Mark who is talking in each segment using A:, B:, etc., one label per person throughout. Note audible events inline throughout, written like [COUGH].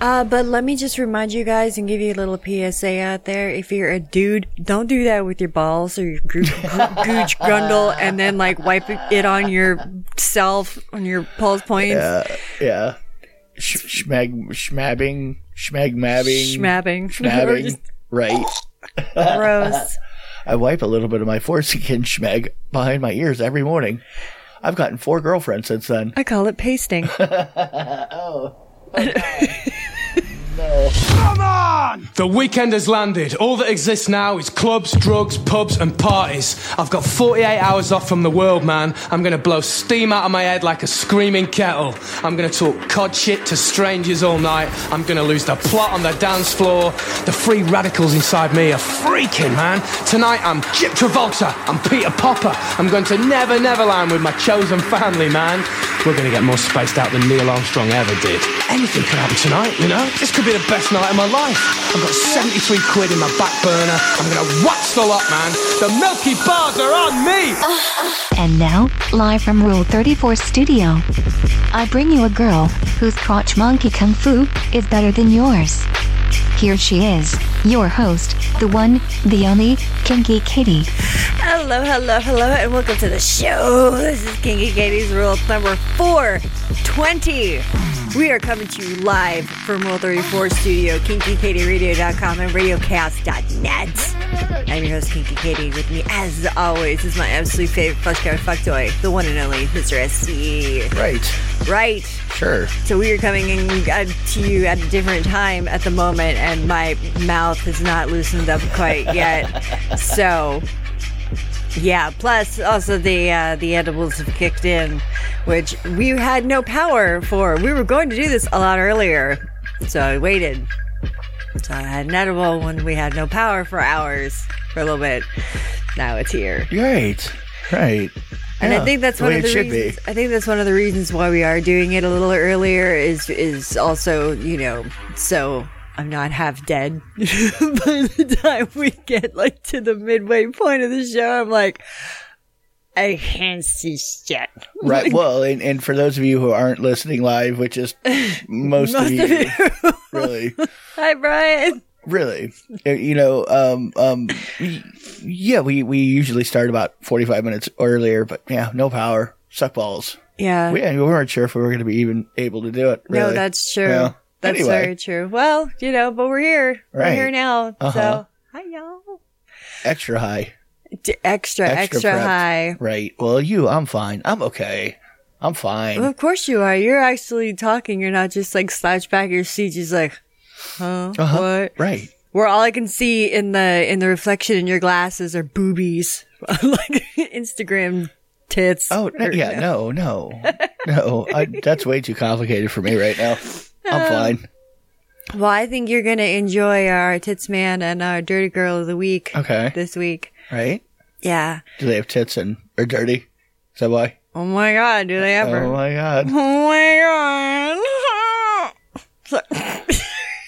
A: Uh, but let me just remind you guys and give you a little PSA out there. If you're a dude, don't do that with your balls or your
B: [LAUGHS]
A: goo- goo- gooch grundle and then like wipe it on yourself on your pulse points.
B: Uh, Yeah. Sh- Schmag, schmabbing, schmagmabbing,
A: Schmabbing. [LAUGHS]
B: [LAUGHS] schmabbing. Right.
A: Gross.
B: I wipe a little bit of my [LAUGHS] foreskin schmag behind my ears every morning. I've gotten four girlfriends since [LAUGHS] then.
A: I call it pasting.
C: The weekend has landed. All that exists now is clubs, drugs, pubs, and parties. I've got 48 hours off from the world, man. I'm gonna blow steam out of my head like a screaming kettle. I'm gonna talk cod shit to strangers all night. I'm gonna lose the plot on the dance floor. The free radicals inside me are freaking, man. Tonight I'm Chip Travolta. I'm Peter Popper. I'm going to Never Neverland with my chosen family, man. We're gonna get more spaced out than Neil Armstrong ever did. Anything could happen tonight, you know? This could be the best night of my life. I've got 73 quid in my back burner. I'm gonna wax the lot, man. The Milky Bars are on me!
D: And now, live from Rule 34 Studio, I bring you a girl whose crotch monkey kung fu is better than yours. Here she is, your host, the one, the only, Kinky Kitty.
A: Hello, hello, hello, and welcome to the show. This is Kinky Katie's Rule number 420. We are coming to you live from Rule 34 Studio, KinkyKatieRadio.com, and RadioCast.net. I'm your host, Kinky Katie. With me, as always, is my absolute favorite flesh cow fuck toy, the one and only Mr. SC.
B: Right.
A: Right.
B: Sure.
A: So we are coming in uh, to you at a different time at the moment, and my mouth has not loosened up quite yet. so, yeah. Plus, also the uh, the edibles have kicked in, which we had no power for. We were going to do this a lot earlier, so I waited. So I had an edible when we had no power for hours for a little bit. Now it's here.
B: Right. Right.
A: And
B: Yeah.
A: I think that's
B: The
A: one
B: way
A: of the
B: it should
A: reasons. I think that's one of the reasons why we are doing it a little earlier is is also you know so I'm not half dead [LAUGHS] by the time we get like to the midway point of the show. I'm like, I can't see
B: [LAUGHS]
A: shit.
B: be. Right. Well, and, and for those of you who aren't listening live, which [LAUGHS] is most, of you, [LAUGHS] really,
A: [LAUGHS] Hi, Brian.
B: really, uh, you know, um, um, y- yeah, we, we usually start about 45 minutes earlier, but yeah, no power, suck balls.
A: Yeah.
B: We, yeah, we weren't sure if we were going to be even able to do it.
A: no,
B: really.
A: that's true.
B: Yeah.
A: That's
B: Anyway.
A: very true. Well, you know, but we're here. We're
B: Right.
A: here now.
B: Uh-huh.
A: So hi, y'all.
B: extra high.
A: D- extra,
B: Extra
A: extra
B: prepped.
A: high.
B: Right. Well, you, I'm fine. I'm okay. I'm fine.
A: Well, of course you are. You're actually talking. You're not just like slouched back in your seat, just like, huh?
B: Uh-huh.
A: What?
B: Right.
A: Where all I can see in the in the reflection in your glasses are boobies, [LAUGHS] like Instagram tits.
B: Oh, no, yeah. No, no,
A: [LAUGHS]
B: no. I, that's way too complicated for me right now.
A: Uh,
B: I'm fine.
A: Well, I think you're gonna enjoy our tits man and our dirty girl of the week
B: Okay.
A: this week.
B: Right?
A: Yeah.
B: Do they have tits and are dirty? Is that why?
A: Oh my god, do they ever?
B: Oh my god.
A: Oh my god. [LAUGHS]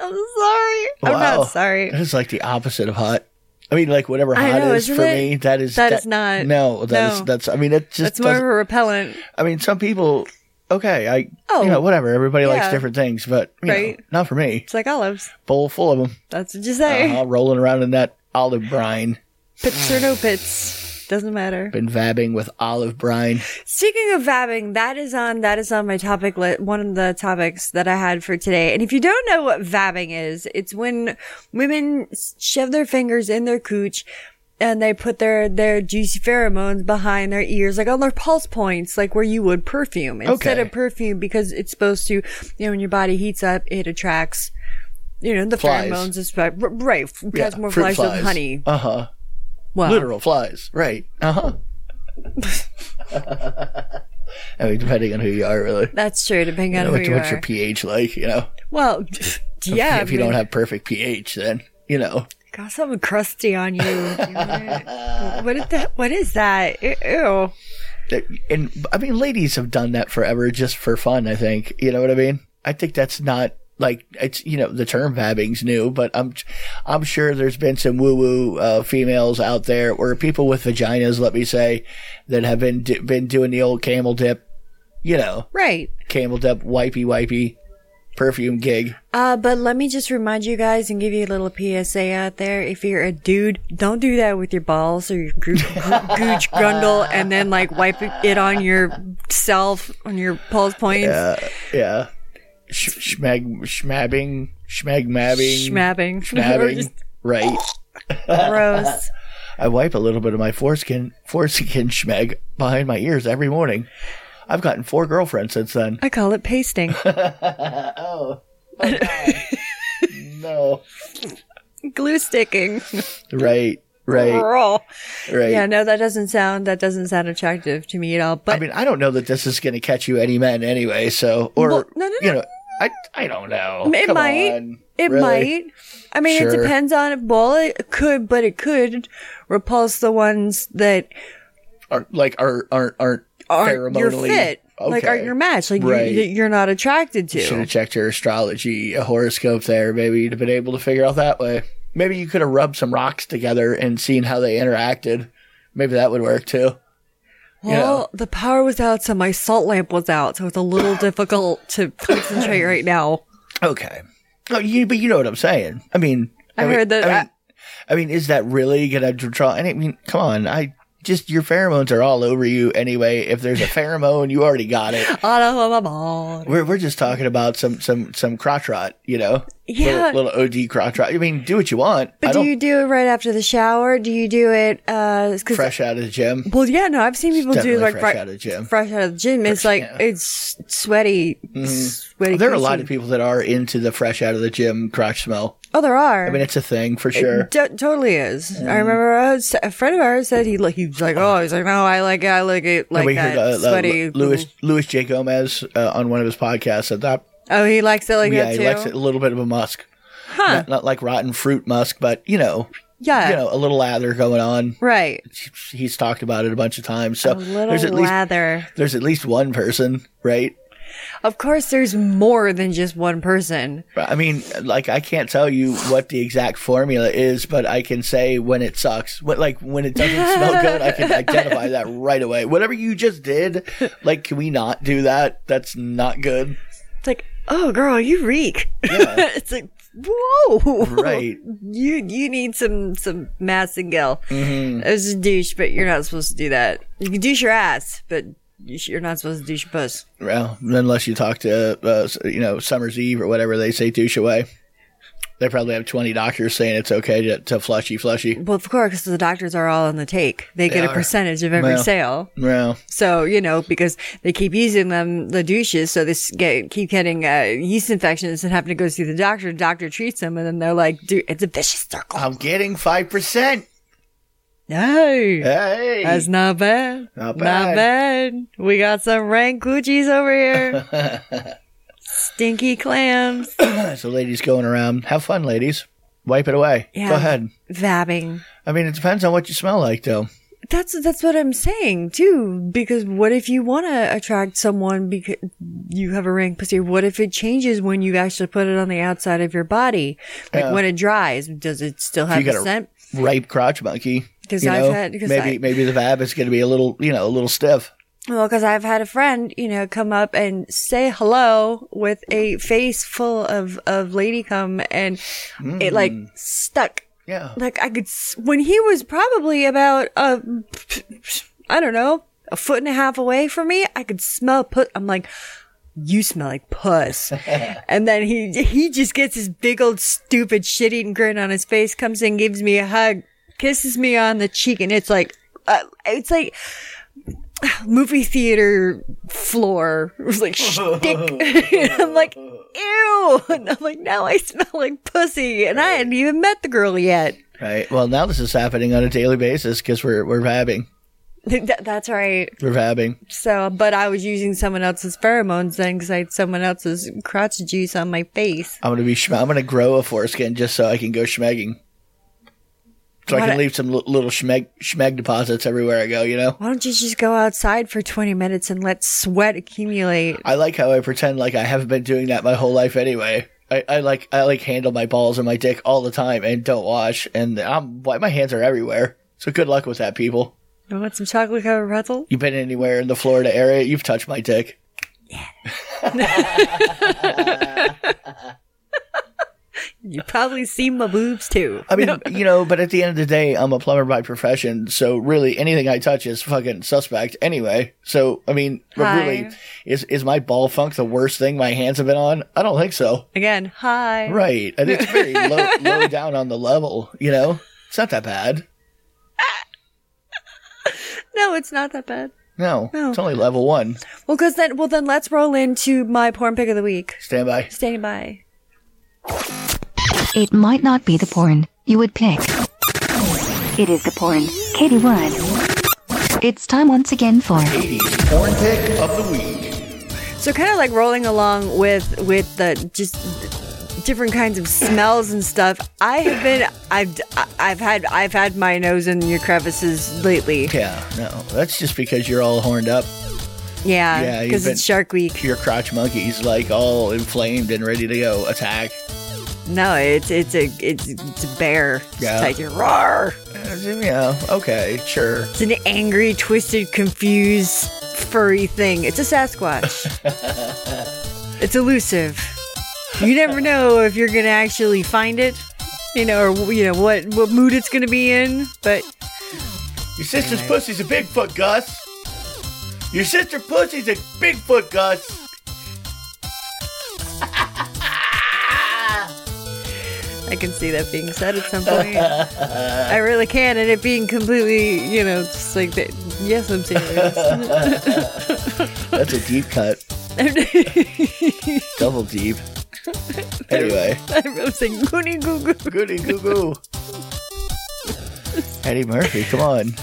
A: I'm sorry. [LAUGHS] I'm
B: Wow.
A: not sorry.
B: [LAUGHS] That's like the opposite of hot. I mean, like whatever
A: I
B: hot
A: know,
B: is
A: isn't
B: for
A: it?
B: me, that is
A: That is not-
B: No, that is
A: no.
B: that's. I mean, it just.
A: That's more of
B: doesn't-
A: a repellent.
B: I mean, some people. Okay, I.
A: Oh.
B: you know, whatever. Everybody likes
A: Yeah.
B: different things, but you know,
A: Right.
B: not for me.
A: It's like olives.
B: Bowl full
A: [LAUGHS]
B: of them,
A: That's what you say.
B: uh, rolling around in that olive brine.
A: Pits or no pits. Doesn't matter.
B: Been vabbing with olive brine.
A: Speaking of vabbing, that is on that is on my topic list. One of the topics that I had for today. And if you don't know what vabbing is, it's when women shove their fingers in their cooch and they put their their juicy pheromones behind their ears, like on their pulse points, like where you would perfume instead
B: Okay.
A: of perfume because it's supposed to, you know, when your body heats up, it attracts. You know the
B: Flies.
A: pheromones is right. Right, that's more flies,
B: fruit
A: than honey.
B: Uh huh.
A: Wow.
B: Literal flies. Right. Uh huh. [LAUGHS] I mean, depending on who you are, really.
A: That's true, depending on
B: What-
A: who
B: What's,
A: you are.
B: your pH like? You know,
A: well, [LAUGHS] yeah.
B: if you don't have perfect pH, then you know.
A: got something crusty on you. what is that? What is that? Ew.
B: That- And I mean, ladies have done that forever just for fun. I think you know what I mean. I think that's not like it's you know the term vabbing's new, but I'm I'm sure there's been some woo woo uh, females out there or people with vaginas, let me say, that have been been doing the old camel dip. You know,
A: Right.
B: camel dip, wipey wipey. perfume gig.
A: Uh, but let me just remind you guys and give you a little PSA out there. If you're a dude, don't do that with your balls or your goo- goo- gooch grundle and then like wipe it on yourself on your pulse points.
B: Yeah. Sh- schmag, schmabbing, schmag mabbing,
A: [LAUGHS] Schmabbing. Or
B: schmabbing.
A: just
B: Right.
A: gross.
B: I wipe a little bit of my foreskin, foreskin [LAUGHS] schmeg behind my ears every morning. I've gotten four girlfriends since then.
A: I call it pasting.
B: No.
A: Glue sticking.
B: Right.
A: [LAUGHS]
B: Right.
A: Raw.
B: Right.
A: Uh, Yeah, no, that doesn't sound that doesn't sound attractive to me at all. But
B: I mean, I don't know that this is going to catch you any men anyway. So, or
A: Well, no, no,
B: you
A: no.
B: know, I I don't know.
A: it
B: Come
A: might.
B: on.
A: It
B: Really?
A: might. I mean, it
B: Sure.
A: depends on it. Well, it could, but it could repulse the ones that
B: Are, like are aren't aren't
A: aren't your
B: pheromonally-
A: fit, like
B: Okay.
A: aren't your match, like you're-
B: Right.
A: you're, you're not attracted
B: Should
A: to.
B: have checked your astrology a horoscope there. Maybe you'd have been able to figure out that way. Maybe you could have rubbed some rocks together and seen how they interacted. Maybe that would work too.
A: Well,
B: know.
A: the power was out, so my salt lamp was out, so it's a
B: [SIGHS]
A: little difficult to concentrate right now.
B: Okay. Oh, you, but you know what I'm saying. I mean,
A: I
B: mean-
A: heard that-
B: I mean, I mean, is that really gonna draw? And I mean, come on. I just your pheromones are all over you anyway. If
A: [LAUGHS]
B: there's a pheromone, you already got it.
A: Ah, da, la, la, la.
B: We're we're just talking about some some some crotch rot, you know?
A: Yeah.
B: Little, little OD crotch rot. I mean, do what you want. I
A: But do
B: don't
A: you do it right after the shower? Do you do it? Uh, 'cause-
B: fresh out of the gym.
A: Well, yeah, no, I've seen people do
B: definitely
A: like
B: fresh
A: right-
B: out of the gym.
A: Fresh out of the gym, it's like it's sweaty, sweaty.
B: Mm-hmm. There are a lot
A: greasy.
B: of people that are into the fresh out of the gym crotch smell.
A: Oh, there are.
B: I mean, it's a thing for sure.
A: T- totally is.
B: Mm.
A: I remember uh, s- a friend of ours said he like he was like oh he's like no I like it I like it like
B: we
A: that
B: heard uh,
A: sweaty
B: uh, Louis Louis J Gomez uh, on one of his podcasts said that
A: oh he likes it like
B: yeah,
A: that
B: he
A: too
B: likes it, a little bit of a musk,
A: huh
B: not, not like rotten fruit musk, but you know,
A: yeah
B: you know, a little lather going on.
A: right
B: He's talked about it a bunch of times. So
A: a little
B: there's at least
A: lather
B: there's at least one person, right?
A: of course there's more than just one person
B: I mean, like I can't tell you what the exact formula is, but I can say when it sucks. What like when it doesn't smell good,
A: [LAUGHS]
B: I can identify that right away. Whatever you just did, like can we not do that? That's
A: [LAUGHS]
B: not good.
A: it's like oh girl you reek [LAUGHS] it's like whoa
B: Right.
A: [LAUGHS] you you need some some Massengill mm-hmm. it's a douche but you're not supposed to do that you can douche your ass but you sh- you're not supposed to douche your puss
B: Well, unless you talk to uh, you know Summer's Eve or whatever they say douche away. They probably have twenty doctors saying it's okay to, to flushy flushy.
A: Well, of course, 'cause the doctors are all on the take. They, get a
B: are.
A: percentage of every
B: Well.
A: sale.
B: Well,
A: So, you know, because they keep using them, the douches, so they s- get, keep getting uh, yeast infections and having to go see the doctor. The doctor treats them, and then they're like, dude, it's a vicious circle.
B: I'm getting five percent.
A: No.
B: Hey,
A: That's not bad.
B: Not bad.
A: bad. We got some rank coochies over here.
B: [LAUGHS]
A: Stinky clams.
B: so ladies going around, have fun, ladies. Wipe it away.
A: Yeah.
B: Go ahead.
A: Vabbing.
B: I mean, it depends on what you smell like, though.
A: That's that's what I'm saying too. Because what if you want to attract someone because you have a rank pussy? What if it changes when you actually put it on the outside of your body? Like when it dries, does it still have
B: you
A: the
B: got a-
A: scent?
B: Ripe crotch monkey.
A: 'Cause
B: you
A: I've
B: know?
A: had- 'cause
B: maybe
A: I-
B: maybe the vab is going to be a little, you know, a little stiff.
A: Well, because I've had a friend, you know, come up and say hello with a face full of of lady cum, and it like stuck.
B: Yeah.
A: Like I could s- when he was probably about uh, I don't know, a foot and a half away from me, I could smell put. I'm like, you smell like puss. and then he he just gets his big old stupid shit eating grin on his face, comes in, gives me a hug, kisses me on the cheek, and it's like, uh, it's like [SIGHS] movie theater floor. [LAUGHS] It was like shtick. [LAUGHS] And I'm like, ew. [LAUGHS] And I'm like, now I smell like pussy, and I hadn't even met the girl yet.
B: Right. Well, now this is happening on a daily basis because we're we're vabbing.
A: [LAUGHS] Th- that's right.
B: We're vabbing.
A: So, but I was using someone else's pheromones then because I had someone else's crotch juice on my face.
B: I'm gonna be. Schm- I'm gonna grow a foreskin just so I can go schmegging. So I
A: Why
B: can
A: not-
B: leave some l- little schmeg schmeg deposits everywhere I go. You know.
A: Why don't you just go outside for 20 minutes and let sweat accumulate?
B: I like how I pretend like I haven't been doing that my whole life anyway. I, I like I like handle my balls and my dick all the time and don't wash and I'm why my hands are everywhere. So good luck with that, people.
A: You want some chocolate covered pretzel?
B: You've been anywhere in the Florida area, you've touched my dick.
A: You probably see my boobs too.
B: I mean, you know, but at the end of the day, I'm a plumber by profession, so really anything I touch is fucking suspect anyway. So, I mean, but
A: Hi.
B: really, is is my ball funk the worst thing my hands have been on? I don't think so.
A: Again, hi.
B: Right, and it's very low, low down on the level. You know, it's not that bad.
A: No, it's not that bad.
B: No, it's only level one.
A: Well, cause then, well then, let's roll into my porn pick of the week.
B: Stand by.
A: Stand by.
D: It might not be the porn you would pick. It is the porn Katie would. It's time once again for
B: 80s porn pick of the week.
A: So kind of like rolling along with with the just different kinds of smells and stuff. I have been, I've, I've had, I've had my nose in your crevices lately.
B: Yeah, no, that's just because you're all horned up. Yeah,
A: Yeah,
B: you've
A: because
B: been-
A: it's Shark Week.
B: Your crotch monkey's like all inflamed and ready to go attack.
A: No, it's it's a it's, it's a bear.
B: Yeah.
A: It's like a roar.
B: Uh, Yeah, okay, sure.
A: It's an angry, twisted, confused, furry thing. It's a
B: [LAUGHS]
A: Sasquatch. it's elusive. You never know if you're gonna actually find it, you know, or you know what what mood it's gonna be in. But
B: Your sister's pussy's a Bigfoot, Gus. Your sister pussy's a Bigfoot, Gus.
A: I can see that being said at some point. I really can, and it being completely, you know, just like that. Yes, I'm serious.
B: That's a deep cut, double deep. Anyway,
A: I'm saying goody goo goo.
B: goody goo goo. Eddie Murphy, come on.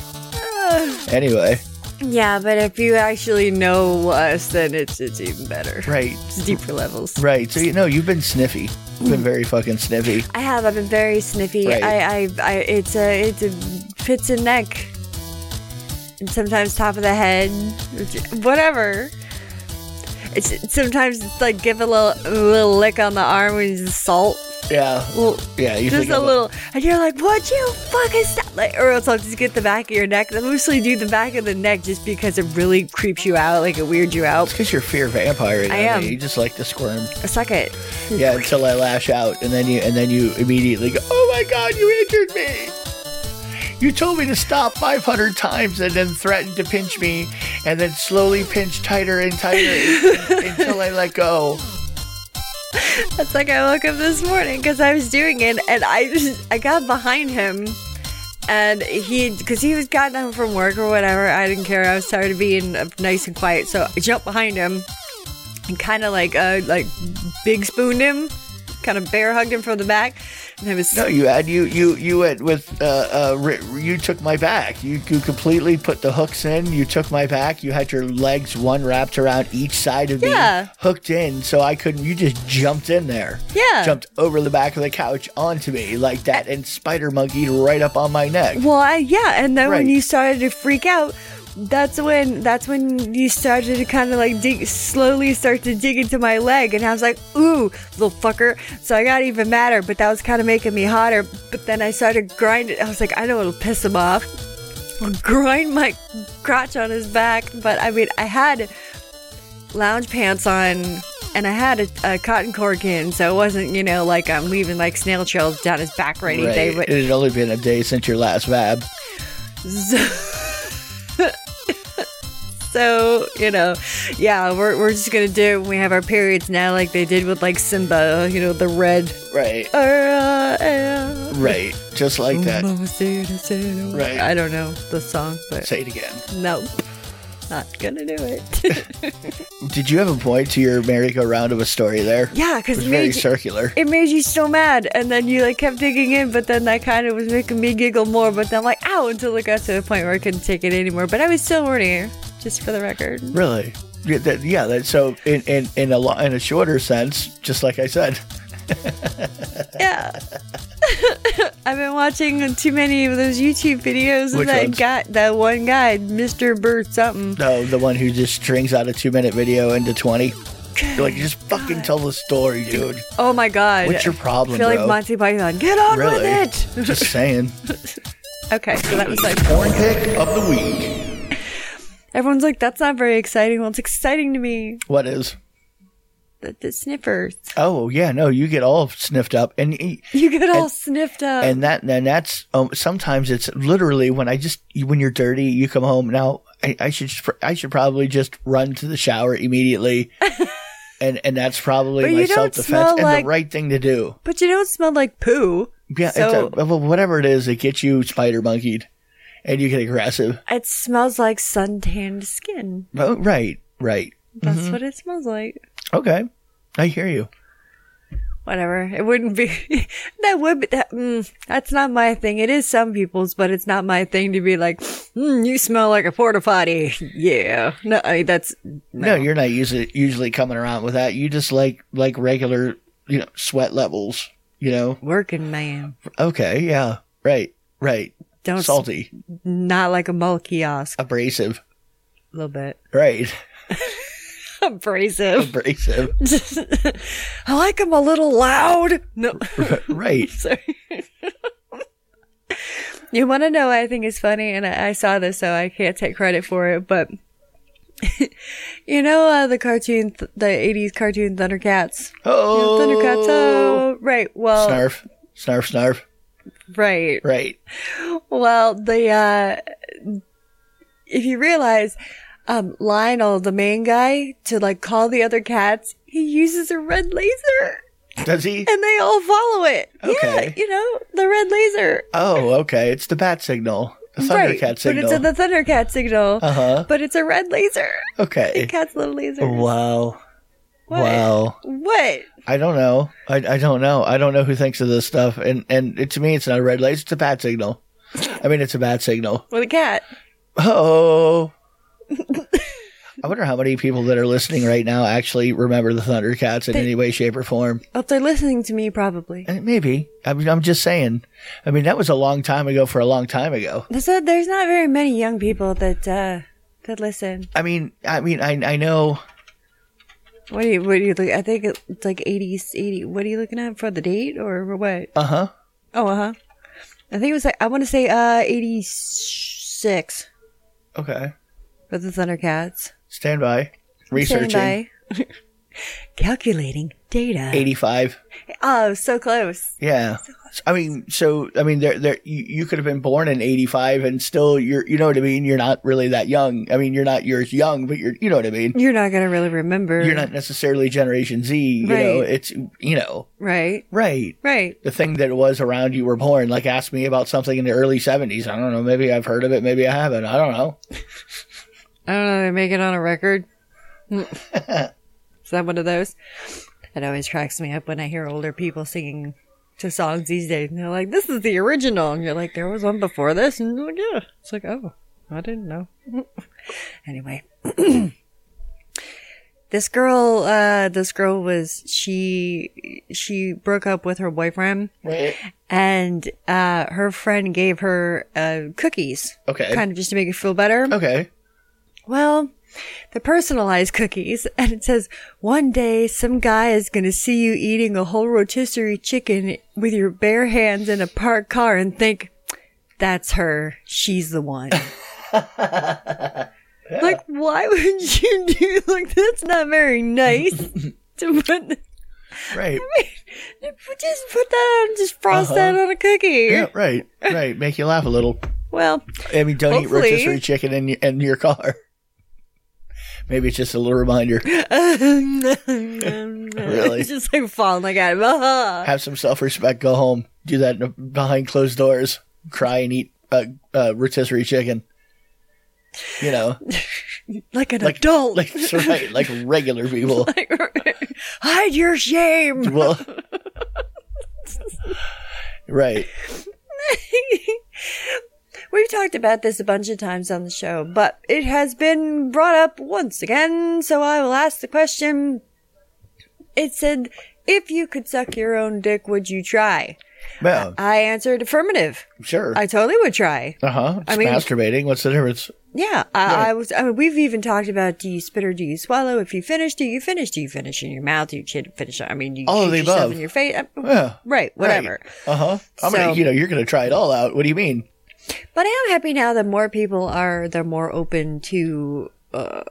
B: Anyway,
A: Yeah, but if you actually know us, then it's it's even better.
B: right,
A: It's deeper levels.
B: right. So you know you've been sniffy. You've been very fucking sniffy.
A: I have. I've been very sniffy.
B: Right.
A: I, I, I, it's a, it's a pits and neck, and sometimes top of the head, which- whatever. It's sometimes it's like give a little, a little lick on the arm with just salt.
B: Yeah,
A: Little-
B: yeah. You
A: just
B: think
A: a
B: I'm
A: little, and you're like, "What you fucking stop?" Like, or else I'll just get the back of your neck. I mostly do the back of the neck just because it really creeps you out, like it weirds you out.
B: Because you're fear vampire. You
A: I
B: know,
A: am.
B: You just like to squirm.
A: Suck it.
B: Yeah, until I lash out, and then you and then you immediately go, "Oh my God, you injured me! You told me to stop 500 times, and then threatened to pinch me, and then slowly pinch tighter and tighter until I let go."
A: It's like I woke up this morning because I was doing it, and I just I got behind him, and he because he was gotten home from work or whatever. I didn't care. I was tired of being uh, nice and quiet, so I jumped behind him and kind of like uh like big spooned him, kind of bear hugged him from the back, and I was
B: No, you had you you you went with uh, uh ri- you took my back. You you completely put the hooks in. You took my back. You had your legs one wrapped around each side of
A: Yeah.
B: me, hooked in, so I couldn't. You just jumped in there.
A: Yeah.
B: jumped over the back of the couch onto me like that, and spider monkeyed right up on my neck.
A: Well, I, yeah, and then
B: Right.
A: when you started to freak out, that's when that's when you started to kind of like dig slowly start to dig into my leg, and I was like, "Ooh, little fucker!" So I got even madder, but that was kind of making me hotter. But then I started grinding. I was like, "I know it'll piss him off." I'll grind my crotch on his back, but I mean, I had lounge pants on and I had a, a cotton cord in, so it wasn't, you know, like I'm leaving like snail trails down his back or
B: Right.
A: anything. But
B: It had only been a day since your last vab.
A: So, you know, yeah, we're, we're just gonna do it when we have our periods now, like they did with like Simba, you know, the red.
B: Right.
A: Uh, uh,
B: [LAUGHS] Right. Just like that.
A: Mama said I said I would.
B: Right.
A: I don't know the song, but
B: Say it again.
A: nope. Not gonna do it.
B: Did you have a point to your merry-go-round of a story there?
A: yeah,
B: It
A: because
B: was
A: it
B: very
A: made, you,
B: circular.
A: it made you so mad, and then you like kept digging in, but then that kind of was making me giggle more. But then I'm like, ow, until it got to the point where I couldn't take it anymore. But I was still horny, just for the record.
B: Really? Yeah. That, yeah that, so in, in, in a lo- in a shorter sense, just like I said.
A: Yeah. [LAUGHS] I've been watching too many of those YouTube videos
B: Which
A: and that
B: ones?
A: guy that one guy, Mr. Bird something.
B: No, the one who just strings out a two-minute video into twenty. You're like, just fucking tell the story, dude.
A: Oh my god.
B: What's your problem,
A: I feel
B: bro?
A: like Monty Python. Get on
B: Really?
A: with
B: Just saying.
A: it. Okay, so that was like
B: Porn pick of the week.
A: everyone's like, that's not very exciting. Well it's exciting to me.
B: What is?
A: the, the sniffers. [LAUGHS]
B: Oh yeah, no, you get all sniffed up, and
A: You get all sniffed up.
B: and that and that's um, sometimes it's literally when I just when you're dirty, you come home. Now I, I should I should probably just run to the
A: [LAUGHS]
B: shower immediately, and and that's probably
A: But
B: my
A: you don't
B: self defense
A: smell
B: and
A: like-
B: the right thing to do.
A: but you don't smell like poo.
B: Yeah,
A: So-
B: it's a, well, whatever it is, it gets you spider monkeyed, and you get aggressive.
A: It smells like suntanned skin.
B: Oh, right, right,
A: That's
B: Mm-hmm.
A: what it smells like.
B: okay, I hear you.
A: Whatever. It wouldn't be. [LAUGHS] that would be. That, mm, that's not my thing. It is some people's, but it's not my thing to be like, mm, you smell like a porta potty. [LAUGHS] yeah. No, I mean, that's.
B: No, you're not usually usually coming around with that. You just like like regular, you know, sweat levels. You know,
A: Working man.
B: okay, yeah, right, right.
A: Don't. Salty.
B: Salty,
A: Not like a mall kiosk.
B: abrasive,
A: A little bit. [LAUGHS]
B: right? [LAUGHS]
A: Abrasive. [LAUGHS]
B: Abrasive,
A: I like them a little loud. No. [LAUGHS]
B: right?
A: Sorry. you want to know what I think is funny, and I, I saw this, so I can't take credit for it, but [LAUGHS] you know uh, the cartoon, th- the '80s cartoon Thundercats.
B: Oh,
A: Thundercats. Oh, right. Well,
B: snarf, snarf, snarf.
A: right.
B: Right,
A: Well, the uh, if you realize, um, Lionel, the main guy, to like call the other cats, he uses a red laser,
B: does
A: [LAUGHS]
B: he?
A: and they all follow it. Yeah,
B: Okay.
A: you know the red laser.
B: Oh, okay. It's the bat signal, the Thundercat signal.
A: But it's a, the Thundercat signal.
B: Uh-huh.
A: But it's a red laser.
B: okay.
A: Cat's little laser.
B: Oh, Wow.
A: What?
B: Wow.
A: What?
B: I don't know. I, I don't know. I don't know who thinks of this stuff. And and it, to me, it's not a red light. It's a bad signal. I mean, it's a bad signal.
A: With a cat. [LAUGHS]
B: Oh. I wonder how many people that are listening right now actually remember the Thundercats in any way, shape, or form.
A: Oh, they're listening to me, probably.
B: And Eh, maybe. I mean, I'm just saying. I mean, that was a long time ago for a long time ago.
A: So there's not very many young people that uh, that listen.
B: I mean, I mean, I I know.
A: What do you what do you look? I think it's like 80s, 80. What are you looking at for the date or for what?
B: Uh huh.
A: Oh, uh huh. I think it was like I want to say uh 86
B: Okay.
A: for the Thundercats.
B: Stand by. Researching.
A: Standby. [LAUGHS] Calculating data.
B: 85.
A: Oh, so close.
B: Yeah. I mean, so I mean, there, there, you, you could have been born in '85 and still you're, you know what I mean. You're not really that young. I mean, you're not you're young, but you're, you know what I mean.
A: You're not gonna really remember.
B: You're not necessarily Generation Z. You know,
A: Right.
B: it's you know,
A: right.
B: right.
A: Right.
B: The thing that was around you were born. Like, ask me about something in the early '70s. I don't know. Maybe I've heard of it. Maybe I haven't. I don't know.
A: I don't know. They make it on a record. Is that one of those? It always cracks me up when I hear older people singing to songs these days, and they're like, "This is the original," and you're like, "There was one before this," and they're like, yeah, it's like, "Oh, I didn't know." [LAUGHS] anyway, [CLEARS THROAT] this girl, uh, this girl was she she broke up with her boyfriend,
B: Right.
A: and uh, her friend gave her uh, cookies,
B: Okay.
A: kind of just to make her feel better.
B: Okay.
A: Well, the personalized cookies, [LAUGHS] and it says, one day some guy is going to see you eating a whole rotisserie chicken with your bare hands in a parked car and think, that's her. She's the
B: [LAUGHS]
A: one. Like, why would you do, like, that's not very
B: [LAUGHS]
A: nice to put,
B: Right.
A: just put that on, just frost that on a cookie.
B: Uh-huh. Yeah. Right. Right. Make you laugh a little.
A: Well, [LAUGHS]
B: I mean, don't
A: Hopefully.
B: eat rotisserie chicken in, y- in your car. Maybe it's just a little reminder. really?
A: it's [LAUGHS] just like falling [LAUGHS] like out of,
B: Have some self respect. Go home. Do that in- behind closed doors. Cry and eat uh, uh, rotisserie chicken.
A: [LAUGHS]
B: You know,
A: like an
B: like
A: adult.
B: like that's right, like
A: [LAUGHS]
B: regular people.
A: Hide your shame.
B: Well, right.
A: We've talked about this a bunch of times on the show, but it has been brought up once again, so I will ask the question. It said, if you could suck your own dick, would you try?
B: Well,
A: I answered affirmative.
B: sure.
A: I totally would try.
B: Uh huh.
A: I mean-
B: masturbating. What's the difference?
A: Yeah, I, I was. I mean, we've even talked about do you spit or do you swallow? If you finish, do you finish? Do you finish in your mouth? Do you shit- finish? I mean, do you
B: All of
A: shoot
B: the
A: yourself
B: above.
A: in your face? I-
B: Yeah.
A: Right, whatever.
B: Uh huh. I
A: So-
B: mean, you know, you're gonna try it all out. What do you mean?
A: But I am happy now that more people are they're more open to uh,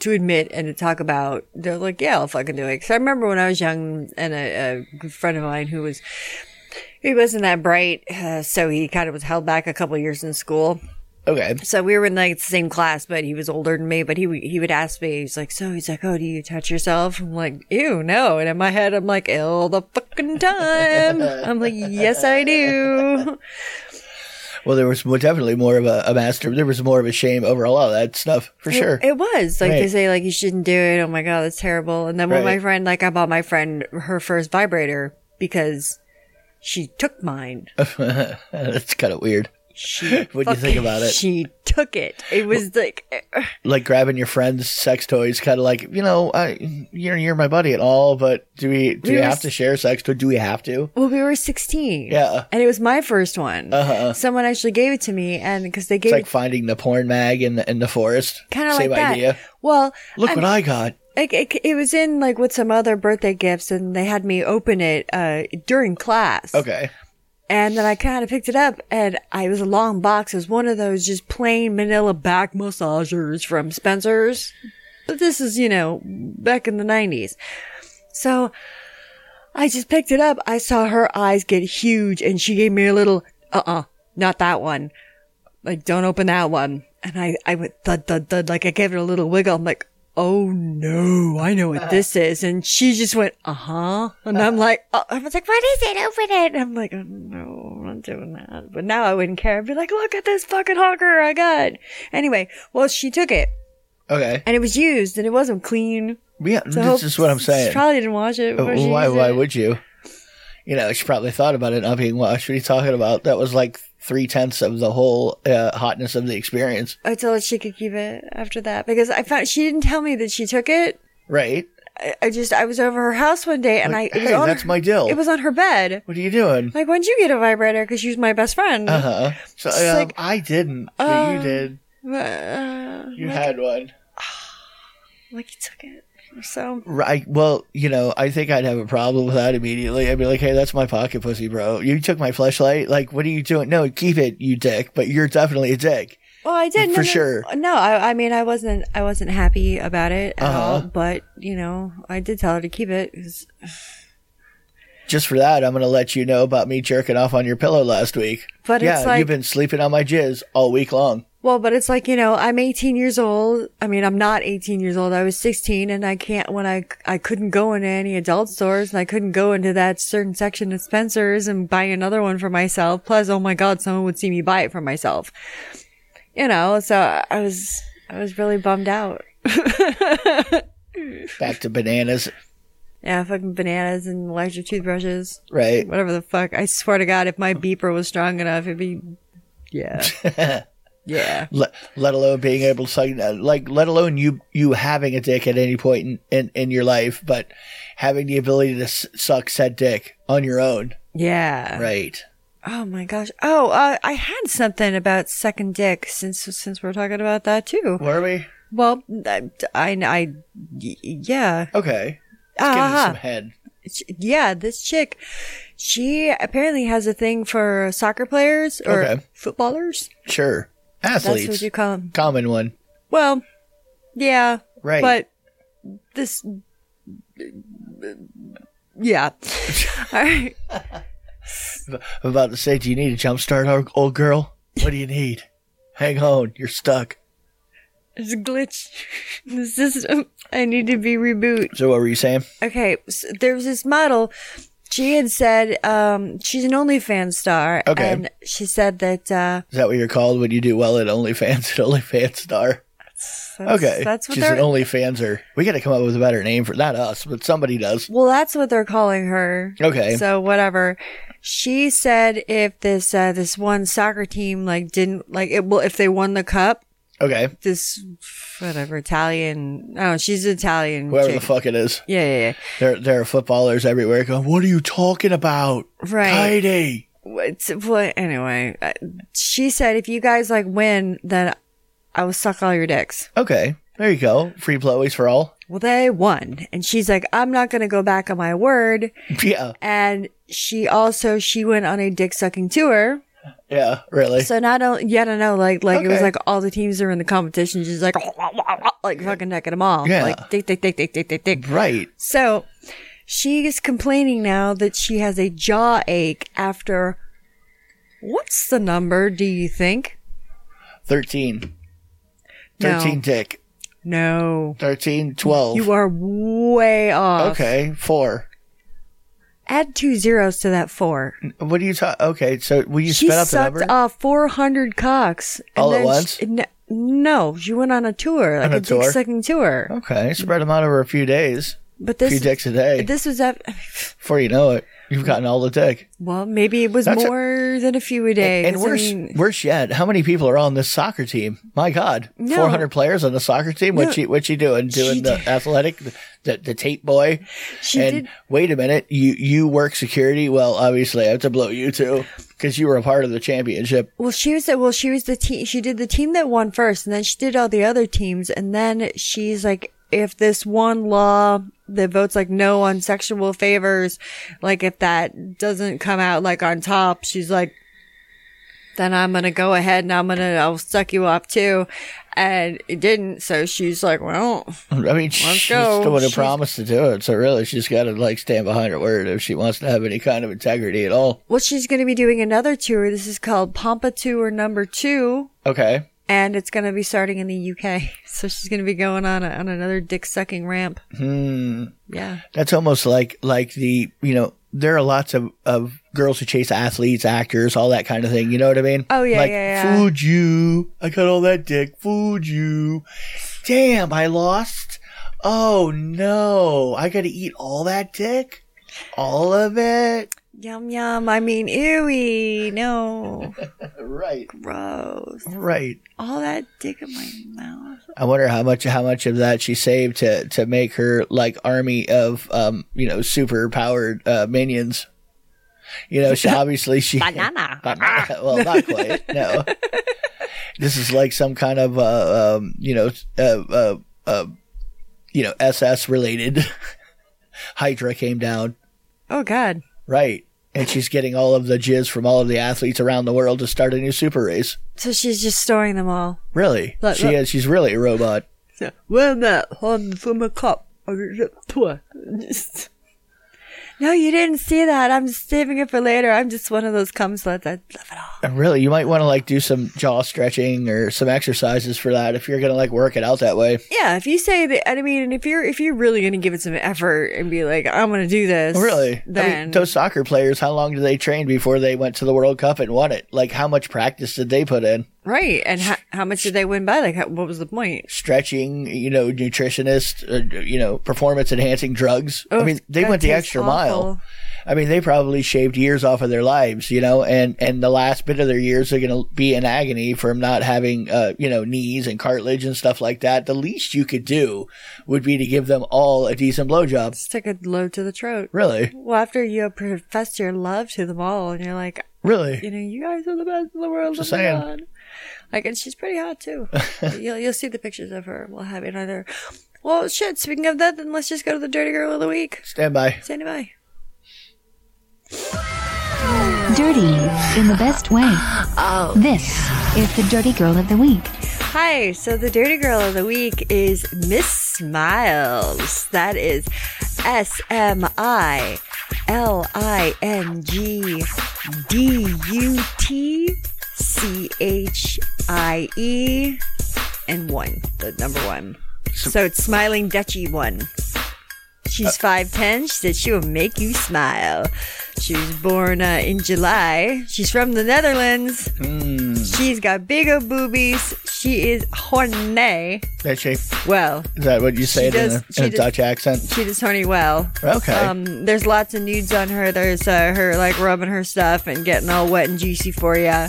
A: to admit and to talk about, they're like, yeah, I'll fucking do it. Because I remember when I was young, and a, a friend of mine who was he wasn't that bright, uh, so he kind of was held back a couple of years in school.
B: Okay.
A: So we were in like the same class, but he was older than me. But he w- he would ask me, he's like, so he's like, oh, do you touch yourself? I'm like, ew, no. And in my head, I'm like, all the fucking time. I'm like, yes, I do.
B: Well, there was more- definitely more of a, a master. There was more of a shame over all of that stuff for sure.
A: It was like they
B: Right.
A: say, like you shouldn't do it. Oh my god, that's terrible. And then when my
B: Right.
A: friend, like, I bought my friend her first vibrator because she took
B: [LAUGHS]
A: mine.
B: That's kind of weird.
A: She
B: What do you think
A: fucking-
B: about it?
A: [LAUGHS] She took it. It was like. eh,
B: Like grabbing your friend's sex toys, kind of like you know, I, you're you're my buddy at all, but do we do we,
A: were
B: have
A: s-
B: to share sex? toy? Do we have to?
A: Well, we were 16.
B: Yeah. Uh-huh.
A: And it was my first one. Someone actually gave it to me, and because they
B: It's
A: gave
B: like finding the porn mag in the in the forest.
A: it kind of like
B: Same
A: that.
B: idea.
A: Well,
B: Look
A: I
B: what I got.
A: it, it, it was in like with some other birthday gifts, and they had me open it uh, during class.
B: Okay.
A: And then I kind of picked it up, and I, it was a long box. It was one of those just plain manila back massagers from Spencer's. But this is, you know, back in the 90s. So I just picked it up. I saw her eyes get huge, and she gave me a little, uh uh not that one. Like, don't open that one. And I, I went thud, thud, thud. Like, I gave it a little wiggle. I'm like, oh no, I know what
B: Uh.
A: this is. And she just went, uh huh. And I'm like, uh, I was like, what is it? Open it. And I'm like, oh, no, I'm not doing that. But now I wouldn't care. I'd be like, look at this fucking hawker I got. Anyway, well, she took it
B: Okay.
A: and it was used and it wasn't clean.
B: Yeah,
A: So I
B: this
A: hope-
B: is what I'm
A: She
B: saying. Uh, Oh,
A: probably didn't wash it. before she
B: why
A: used
B: why
A: it.
B: would you? You know, she probably thought about it not being watched. What are you talking about? That was like three tenths of the whole uh, hotness of the experience,
A: I told her she could keep it after that because I found she didn't tell me that she took it.
B: right?
A: I, I just I was over her house one day and
B: Like,
A: I it was
B: hey,
A: on
B: that's
A: her-
B: my dill.
A: It was on her bed.
B: What are you doing?
A: Like, when'd you get a vibrator? Because she was my best friend.
B: Uh huh. So um,
A: like,
B: I didn't, but you did.
A: Uh,
B: You had one.
A: like you took it. So
B: Right. Well, you know, I think I'd have a problem with that immediately. I'd be like, "Hey, that's my pocket pussy, bro. You took my flashlight. Like, what are you doing? No, keep it, you dick. But you're definitely a dick.
A: well, I did
B: For
A: no, no,
B: sure.
A: No, I, I mean, I wasn't. I wasn't happy about it at
B: Uh-huh.
A: all. But you know, I did tell her to keep it. 'cause-
B: Just for that, I'm gonna let you know about me jerking off on your pillow last week.
A: But
B: yeah,
A: it's like-
B: you've been sleeping on my jizz all week long.
A: Well, but it's like, you know, I'm 18 years old. I mean, I'm not 18 years old. I was 16 and I can't, when I, I couldn't go into any adult stores and I couldn't go into that certain section of Spencer's and buy another one for myself. Plus, oh my God, someone would see me buy it for myself. You know, so I was, I was really bummed out.
B: Back to bananas,
A: Yeah, fucking bananas and electric toothbrushes,
B: right?
A: whatever the fuck. I swear to God, if my beeper was strong enough, it'd be, yeah. yeah.
B: let, let alone being able to suck, like let alone you you having a dick at any point in, in, in your life but having the ability to s- suck said dick on your own
A: Yeah.
B: right
A: Oh my gosh! Oh, uh, I had something about second dick since since we're talking about that too.
B: were we
A: Well, I, I, I- y- yeah,
B: okay
A: Ah,
B: give me
A: ah,
B: some head
A: sh- yeah. This chick, she apparently has a thing for soccer players or
B: Okay.
A: footballers.
B: sure
A: That's
B: athletes
A: what you call them.
B: common one
A: Well, yeah,
B: right
A: but this,
B: [LAUGHS]
A: yeah. [LAUGHS] All right.
B: i'm about to say do you need a jump start old, old girl what do you need hang on you're stuck
A: There's a glitch in the system. I need to be reboot.
B: so what were you saying
A: Okay, so there was this model. She had said um, she's an OnlyFans star,
B: Okay.
A: and she said that uh,
B: is that what you're called when you do well at OnlyFans? An [LAUGHS] OnlyFans star.
A: that's,
B: Okay,
A: that's what
B: she's
A: they're
B: an OnlyFanser. We got to come up with a better name for not us, but somebody does.
A: well, that's what they're calling her.
B: Okay.
A: so whatever. She said if this uh, this one soccer team like didn't like it, well, if they won the cup,
B: Okay,
A: this whatever Italian. Oh, she's Italian.
B: whoever
A: chick.
B: the fuck it is,
A: yeah, yeah, yeah.
B: there there are footballers everywhere. Going, what are you talking about,
A: Right.
B: Heidi?
A: What's what? Anyway, uh, she said if you guys like win, then I will suck all your dicks.
B: Okay, there you go. Free blowies for all. [LAUGHS]
A: well, they won. And she's like, I'm not going to go back on my word.
B: Yeah.
A: And she also, she went on a dick sucking tour
B: Yeah, really.
A: So not only, yeah, I don't know, like, like it was
B: Okay.
A: like all the teams that were in the competition, just like, like fucking necking them all.
B: Yeah.
A: Like, tick, tick, tick, tick, tick, tick, tick.
B: right.
A: So she is complaining now that she has a jaw ache after, what's the number, do you think?
B: 13.
A: No.
B: 13 tick.
A: No.
B: 13, 12.
A: You are way off.
B: okay, 4.
A: Add two zeros to that four.
B: What are you talking? Okay, so will you
A: She
B: spit out the
A: sucked
B: number?
A: off 400 cocks. and
B: All at
A: then
B: once?
A: she- n- no, she went on a tour, like
B: On
A: a,
B: a
A: dick
B: tour?
A: sucking tour.
B: Okay, spread them out over a few days,
A: But
B: a few
A: this,
B: dicks a day.
A: this was at,
B: Before you know it, you've gotten all the dick.
A: well, maybe it was
B: That's a-
A: more than a few a day.
B: And
A: 'cause, I
B: worse,
A: mean,
B: worse yet, how many people are on this soccer team? My God,
A: No.
B: 400 players on the soccer team. What
A: No.
B: she what she doing? Doing
A: She
B: the
A: did-
B: athletic, the, the, the tape boy.
A: She
B: and
A: did-
B: wait a minute, you you work security. Well, obviously, I have to blow you too because you were a part of the championship.
A: Well, she was the, well, she was the team. She did the team that won first, and then she did all the other teams, and then she's like, if this one law that votes like no on sexual favors, like if that doesn't come out like on top, she's like, then I'm gonna go ahead and I'm gonna I'll suck you up too, and it didn't. So she's like, well,
B: I mean, she's
A: go.
B: the one who
A: She's-
B: promised to do it. So really, she's got to like stand behind her word if she wants to have any kind of integrity at all.
A: well, she's gonna be doing another tour. This is called Pompa Tour Number Two.
B: Okay,
A: and it's going to be starting in the UK. [LAUGHS] So she's going to be going on a, on another dick sucking ramp. Hmm. Yeah.
B: that's almost like like the you know there are lots of of girls who chase athletes, actors, all that kind of thing. You know what I mean?
A: Oh, yeah,
B: like,
A: yeah, yeah.
B: Fooled you. I got all that dick. Fooled you. Damn, I lost. Oh no, I got to eat all that dick, all of it.
A: Yum yum. I mean, ewy. No,
B: Right,
A: gross.
B: right.
A: All that dick in my mouth.
B: I wonder how much how much of that she saved to to make her like army of um you know super powered uh, minions. You
A: [LAUGHS]
B: know, she obviously she [LAUGHS]
A: Banana.
B: well, not quite.
A: [LAUGHS]
B: No, this is like some kind of uh, um, you know uh, uh, uh, you know SS related. [LAUGHS] Hydra came down
A: Oh God.
B: right, and she's getting all of the jizz from all of the athletes around the world to start a new super race.
A: So she's just storing them all.
B: Really,
A: Look,
B: she
A: look.
B: is. She's really a robot.
A: Well, that on from a cup. [LAUGHS] No, you didn't see that. I'm just saving it for later. I'm just one of those cum sluts. I love it all.
B: And really, you might want to like do some jaw stretching or some exercises for that if you're gonna like work it out that way.
A: Yeah, if you say that, I mean, and if you're if you're really gonna give it some effort and be like, I'm gonna do this,
B: Really,
A: then
B: I mean, those soccer players, how long did they train before they went to the World Cup and won it? Like, how much practice did they put in?
A: right? And how, how much did they win by? Like, how, what was the point?
B: Stretching, you know, nutritionist, uh, you know, performance enhancing drugs. I mean, they
A: that
B: went the
A: tastes
B: extra
A: awful.
B: mile. I mean, they probably shaved years off of their lives, you know, and and the last bit of their years are going to be in agony from not having, uh, you know, knees and cartilage and stuff like that. The least you could do would be to give them all a decent blowjob.
A: It's like a load to the throat.
B: Really,
A: Well, after you profess your love to them all, and you're like, you
B: really.
A: know, you guys are the best in the world.
B: Just
A: oh my
B: saying.
A: God. Like, and she's pretty hot
B: [LAUGHS]
A: too. you'll you'll see the pictures of her. We'll have it on there. Well, shit. Speaking of that, then let's just go to the dirty girl of the week.
B: Stand by.
A: Stand by.
D: Dirty in the best way. This is the Dirty Girl of the Week.
A: Hi, so the dirty girl of the week is Miss Smiles. That is S M I L I N G D U T C H I E and one, the number one. So it's Smiling Dutchie one. She's 5'10. She said she will make you smile. She was born uh, in July. She's from the Netherlands. She's got big old boobies. She is horny.
B: That shape.
A: Well,
B: Is that what you say it in
A: does-
B: a,
A: she
B: in a
A: does-
B: Dutch accent?
A: she does horny well.
B: Okay.
A: Um, there's lots of nudes on her. There's uh, her like rubbing her stuff and getting all wet and juicy for you.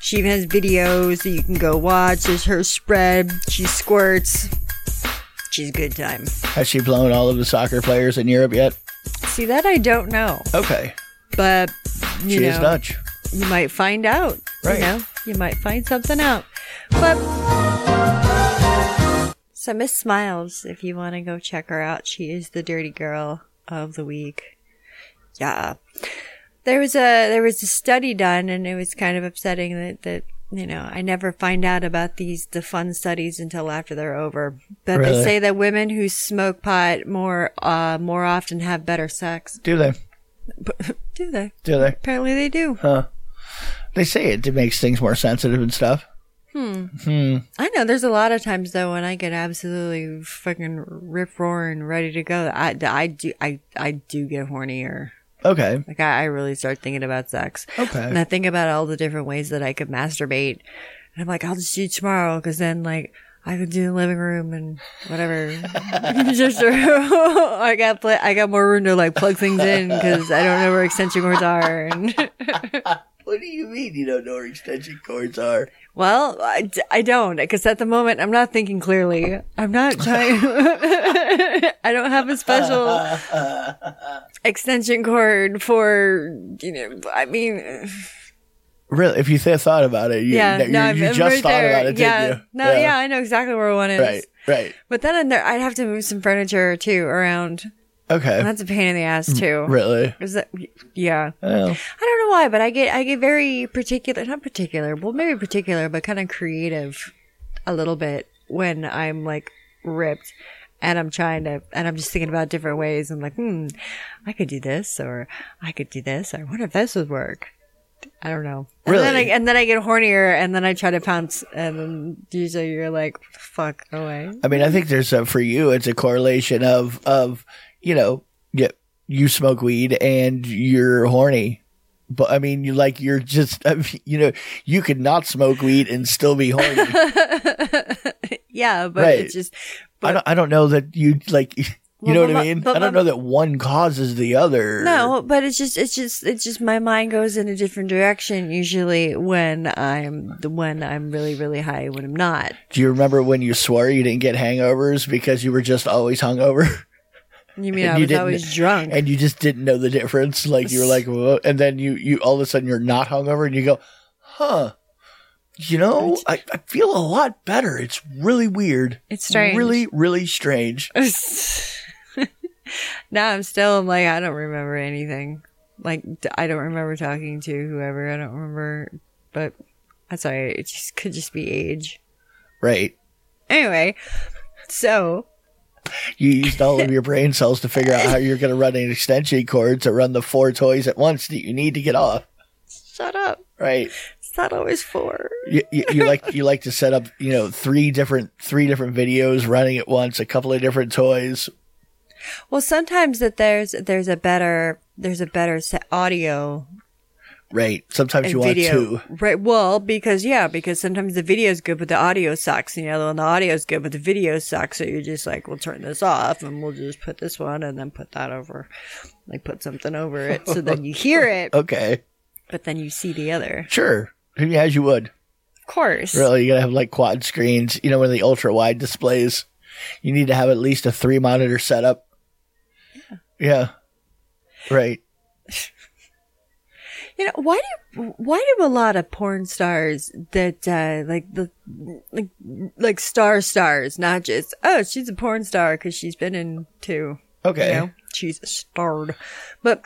A: She even has videos that you can go watch. There's her spread. She squirts. She's a good time.
B: Has she blown all of the soccer players in Europe yet?
A: See that I don't know,
B: Okay.
A: but you
B: She
A: know,
B: is Dutch.
A: you might find out. You
B: Right.
A: know, you might find something out. But so Miss Smiles, if you want to go check her out, she is the dirty girl of the week. Yeah. there was a there was a study done, and it was kind of upsetting that that you know I never find out about these the fun studies until after they're over. But
B: Really?
A: they say that women who smoke pot more uh more often have better sex.
B: Do they?
A: Do they?
B: Do they?
A: Apparently they do.
B: They say it, it makes things more sensitive and stuff.
A: I know there's a lot of times though when I get absolutely fucking rip roaring ready to go. I, I do I I do get hornier.
B: Okay.
A: Like I, I really start thinking about sex.
B: Okay.
A: And I think about all the different ways that I could masturbate, and I'm like, I'll just do tomorrow because then like I could do the living room and whatever. [LAUGHS] just [LAUGHS] I got pla I got more room to like plug things in because I don't know where extension cords are. And
B: What do you mean you don't know where extension cords are?
A: well, I, d- I don't because at the moment I'm not thinking clearly. I'm not trying. [LAUGHS] I don't have a
B: [LAUGHS]
A: special extension cord for you know. I mean.
B: Really? If you th- thought about it, you,
A: yeah,
B: you,
A: no, I'm-
B: you
A: I'm
B: just
A: right
B: thought
A: there.
B: about it,
A: yeah.
B: didn't you?
A: No, yeah. I know exactly where one is.
B: Right, right.
A: But then in there, I'd have to move some furniture too around.
B: Okay.
A: That's a pain in the ass
B: Mm,
A: too.
B: really?
A: Is that, yeah.
B: Well,
A: I don't know why, but I get I get very particular, not particular, well maybe particular, but kind of creative a little bit when I'm like ripped and I'm trying to and I'm just thinking about different ways. I'm like, hmm, I could do this or I could do this. I wonder if this would work. I don't know. And then I,
B: Really?
A: and then I get hornier and then I try to pounce and then usually you're like, fuck away.
B: I mean, I think there's a, for you, it's a correlation of, of you know, yeah, you smoke weed and you're horny. But I mean, you like you're just [LAUGHS] I mean, you know you could not smoke weed and still
A: [LAUGHS]
B: be horny.
A: Yeah, but
B: Right.
A: it's just
B: I don't I don't know that you like [LAUGHS] you
A: Well,
B: know what
A: but
B: I
A: my-
B: mean.
A: but
B: I don't
A: my-
B: know that one causes the other.
A: No, but it's just it's just it's just my mind goes in a different direction usually when I'm when I'm really really high when I'm not.
B: Do you remember when you swore you didn't get hangovers because you were just always hungover
A: You mean
B: And
A: I
B: you
A: was
B: didn't-
A: always drunk?
B: and you just didn't know the difference? Like you were like, Whoa, and then you you all of a sudden you're not hungover and you go, huh? You know, I, I feel a lot better. It's really weird.
A: It's strange.
B: Really, really strange.
A: [LAUGHS] now I'm still I'm like I don't remember anything. Like d- I don't remember talking to whoever. I don't remember, but that's all right. It just could just be age.
B: Right.
A: Anyway, so
B: You used all of your brain cells to figure out how you're going to run an extension cord to run the four toys at once that you need to get off.
A: shut up.
B: Right.
A: It's not always four.
B: you, you, you like you like to set up you know three different three different videos running at once a couple of different toys
A: Well, sometimes that there's there's a better there's a better se- audio
B: right sometimes
A: and
B: you want
A: video.
B: two
A: Right. Well, because yeah, because sometimes the video is good, but the audio sucks, and the other one the audio is good, but the video sucks. So you're just like, we'll turn this off, and we'll just put this one, and then put that over, like put something over it, so then you hear
B: [LAUGHS]
A: it,
B: okay
A: but then you see the other.
B: sure yeah as you would
A: Of course.
B: really you gotta have like quad screens you know one of the ultra wide displays you need to have at least a three monitor setup yeah, right
A: You know why do why do a lot of porn stars that uh, like the like like star stars, not just oh she's a porn star because she's been in two.
B: okay
A: you know she's starred but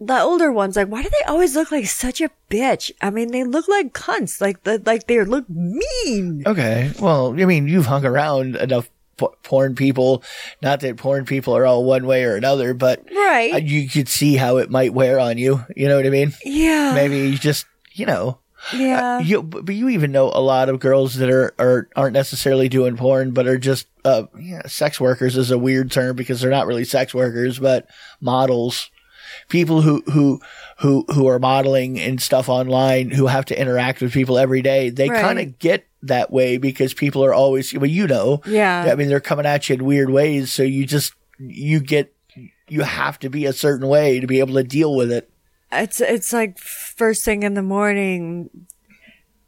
A: the older ones like why do they always look like such a bitch i mean they look like cunts like the, like they look mean
B: Okay. Well, I mean, you've hung around enough po- porn people. Not that porn people are all one way or another, but
A: Right.
B: uh, you could see how it might wear on you. You know what I mean?
A: yeah
B: Maybe
A: [SIGHS]
B: you just, you know,
A: yeah
B: you, but but you even know a lot of girls that are, are aren't necessarily doing porn, but are just uh, yeah, sex workers is a weird term because they're not really sex workers, but models, people who who who who are modeling and stuff online who have to interact with people every day. They
A: Right.
B: kind of get that way because people are always well, you know,
A: Yeah.
B: I mean, they're coming at you in weird ways, so you just you get you have to be a certain way to be able to deal with it.
A: it's it's like first thing in the morning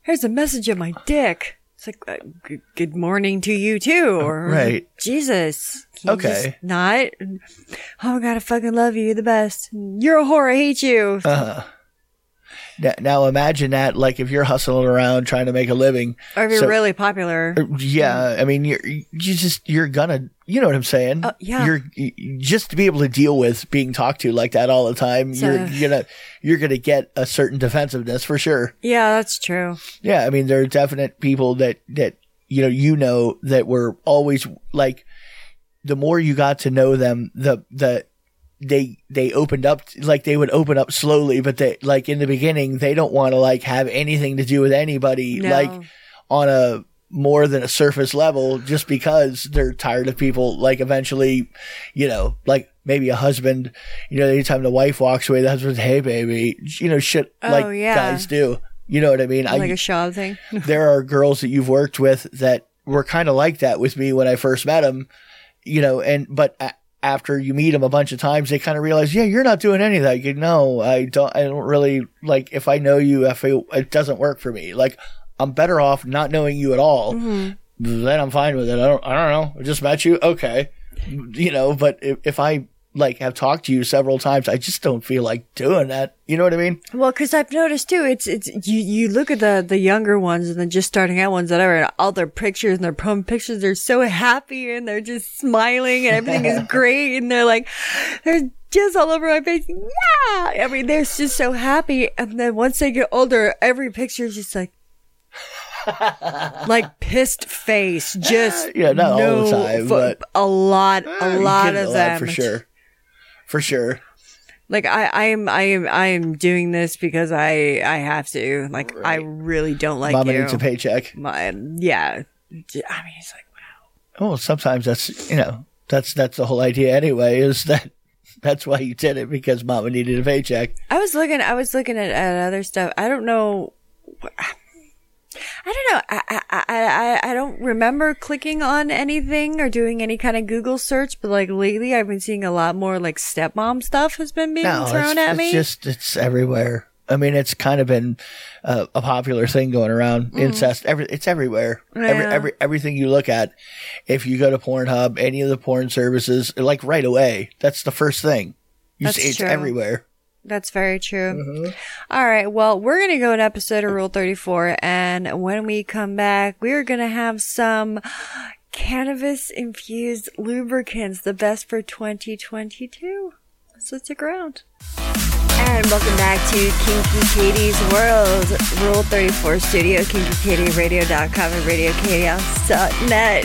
A: here's a message of my dick it's like uh, g- good morning to you too or
B: Right.
A: jesus can you
B: Okay.
A: just not
B: Uh-huh.
A: oh my god i fucking love you you're the best you're a whore i hate you
B: Now, now imagine that, like if you're hustling around trying to make a living,
A: Or if you're
B: So-
A: really popular,
B: yeah, I mean, you're you just you're gonna, you know what I'm saying?
A: Oh, yeah.
B: you're you- just to be able to deal with being talked to like that all the time. you're,
A: So-
B: you're gonna you're gonna get a certain defensiveness for sure.
A: yeah, that's true.
B: Yeah, I mean, there are definite people that that you know you know that were always like the more you got to know them, the the they they opened up like they would open up slowly, but they like in the beginning they don't want to like have anything to do with anybody
A: No.
B: like on a more than a surface level just because they're tired of people like eventually you know like maybe a husband you know anytime the wife walks away the husband's hey baby you know shit
A: Oh,
B: like
A: yeah.
B: guys do you know what i mean
A: like
B: I,
A: a Shaw thing.
B: there are girls that you've worked with that were kind of like that with me when I first met them, you know, and but a- after you meet them a bunch of times, they kind of realize, yeah, you're not doing any of that. You know, I don't, I don't really like if I know you, if it, it doesn't work for me, like I'm better off not knowing you at all. Then I'm fine with it. I don't, I don't know. I just met you. Okay. You know, but if, if I like have talked to you several times, I just don't feel like doing that. You know what I mean?
A: Well, because I've noticed too, it's it's you you look at the the younger ones and the just starting out ones, whatever, and all their pictures and their prom pictures, they're so happy and they're just smiling and everything
B: [LAUGHS]
A: is great and they're like, there's jizz all over my face. Yeah, I mean they're just so happy, and then once they get older, every picture is just like. like pissed face, just
B: Yeah, [LAUGHS] not all the
A: no
B: time,
A: fu-
B: but-
A: a lot, a
B: Ah, You
A: lot
B: get
A: of
B: that
A: them
B: for sure. For sure.
A: like I, I am I am I am doing this because I I have to. Like I really don't like
B: Mama
A: you.
B: needs a paycheck.
A: My, yeah, I mean it's like
B: Oh, sometimes that's you know that's that's the whole idea anyway. Is that [LAUGHS] that's why you did it because Mama needed a paycheck.
A: I was looking I was looking at, at other stuff. I don't know. I don't know. I, I- I, I I don't remember clicking on anything or doing any kind of Google search, but like lately I've been seeing a lot more like stepmom stuff has been being
B: No,
A: thrown
B: it's,
A: at
B: it's
A: me.
B: just it's everywhere. I mean, it's kind of been uh, a popular thing going around. Incest, every it's everywhere. Every,
A: Mm. Yeah.
B: every everything you look at, if you go to Pornhub, any of the porn services, like right away, that's the first thing. You
A: That's
B: see, it's
A: true.
B: everywhere.
A: That's very true. All right. Well, we're going to go an episode of Rule 34. And when we come back, we're going to have some cannabis infused lubricants, the best for 2022. So it's a ground. And welcome back to Kinky Katie's World, Rule 34 Studio, KinkyKatieRadio.com and RadioKatieHouse.net.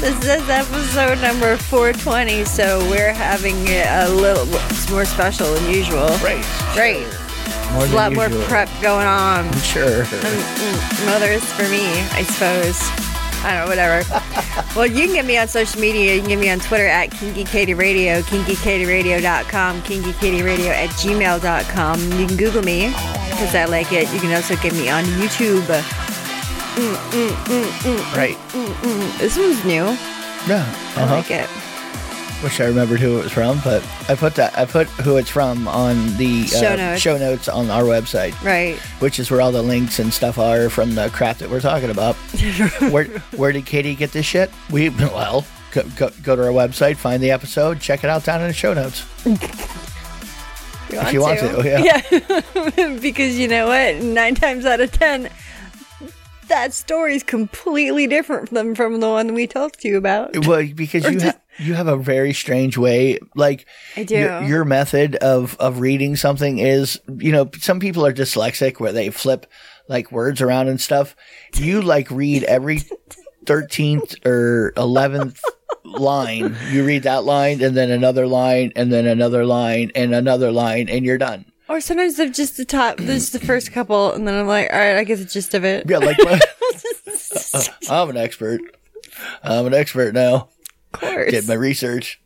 A: This is episode number 420, so we're having it a little it's more special than usual.
B: Right.
A: Great.
B: More
A: A
B: than
A: lot more
B: usual.
A: prep going on.
B: Sure.
A: Mm, Mothers for me, I suppose. I don't know, whatever. well, you can get me on social media. You can get me on Twitter at Kinky Katie Radio, kinkykatieradio.com, kinkykatieradio at gmail.com. You can Google me because I like it. You can also get me on YouTube. [LAUGHS]
B: Right.
A: This one's new.
B: Yeah.
A: I
B: Uh-huh.
A: like it.
B: wish I remembered who it was from, but I put that I put who it's from on the uh,
A: Show notes.
B: show notes on our website,
A: Right.
B: which is where all the links and stuff are from the crap that we're
A: [LAUGHS]
B: talking about. where where did Katie get this shit? We [LAUGHS] well go, go, go to our website, find the episode, check it out down in the show notes if you want to. yeah.
A: [LAUGHS] because you know what? Nine times out of ten, that story is completely different from, from the one we talked to you about.
B: Well, because you ha- you have a very strange way, like
A: I do.
B: Your, your method of of reading something is, you know, some people are dyslexic where they flip like words around and stuff. You like read every thirteenth or eleventh line. You read that line and then another line and then another line and another line and you're done.
A: Or sometimes they're just the
B: [CLEARS THROAT]
A: top, just the first couple, and then I'm like, all right, I get the gist [LAUGHS] of it.
B: Yeah, like [LAUGHS] my- I'm an expert. I'm an expert now.
A: Of course.
B: Did
A: [LAUGHS]
B: my research.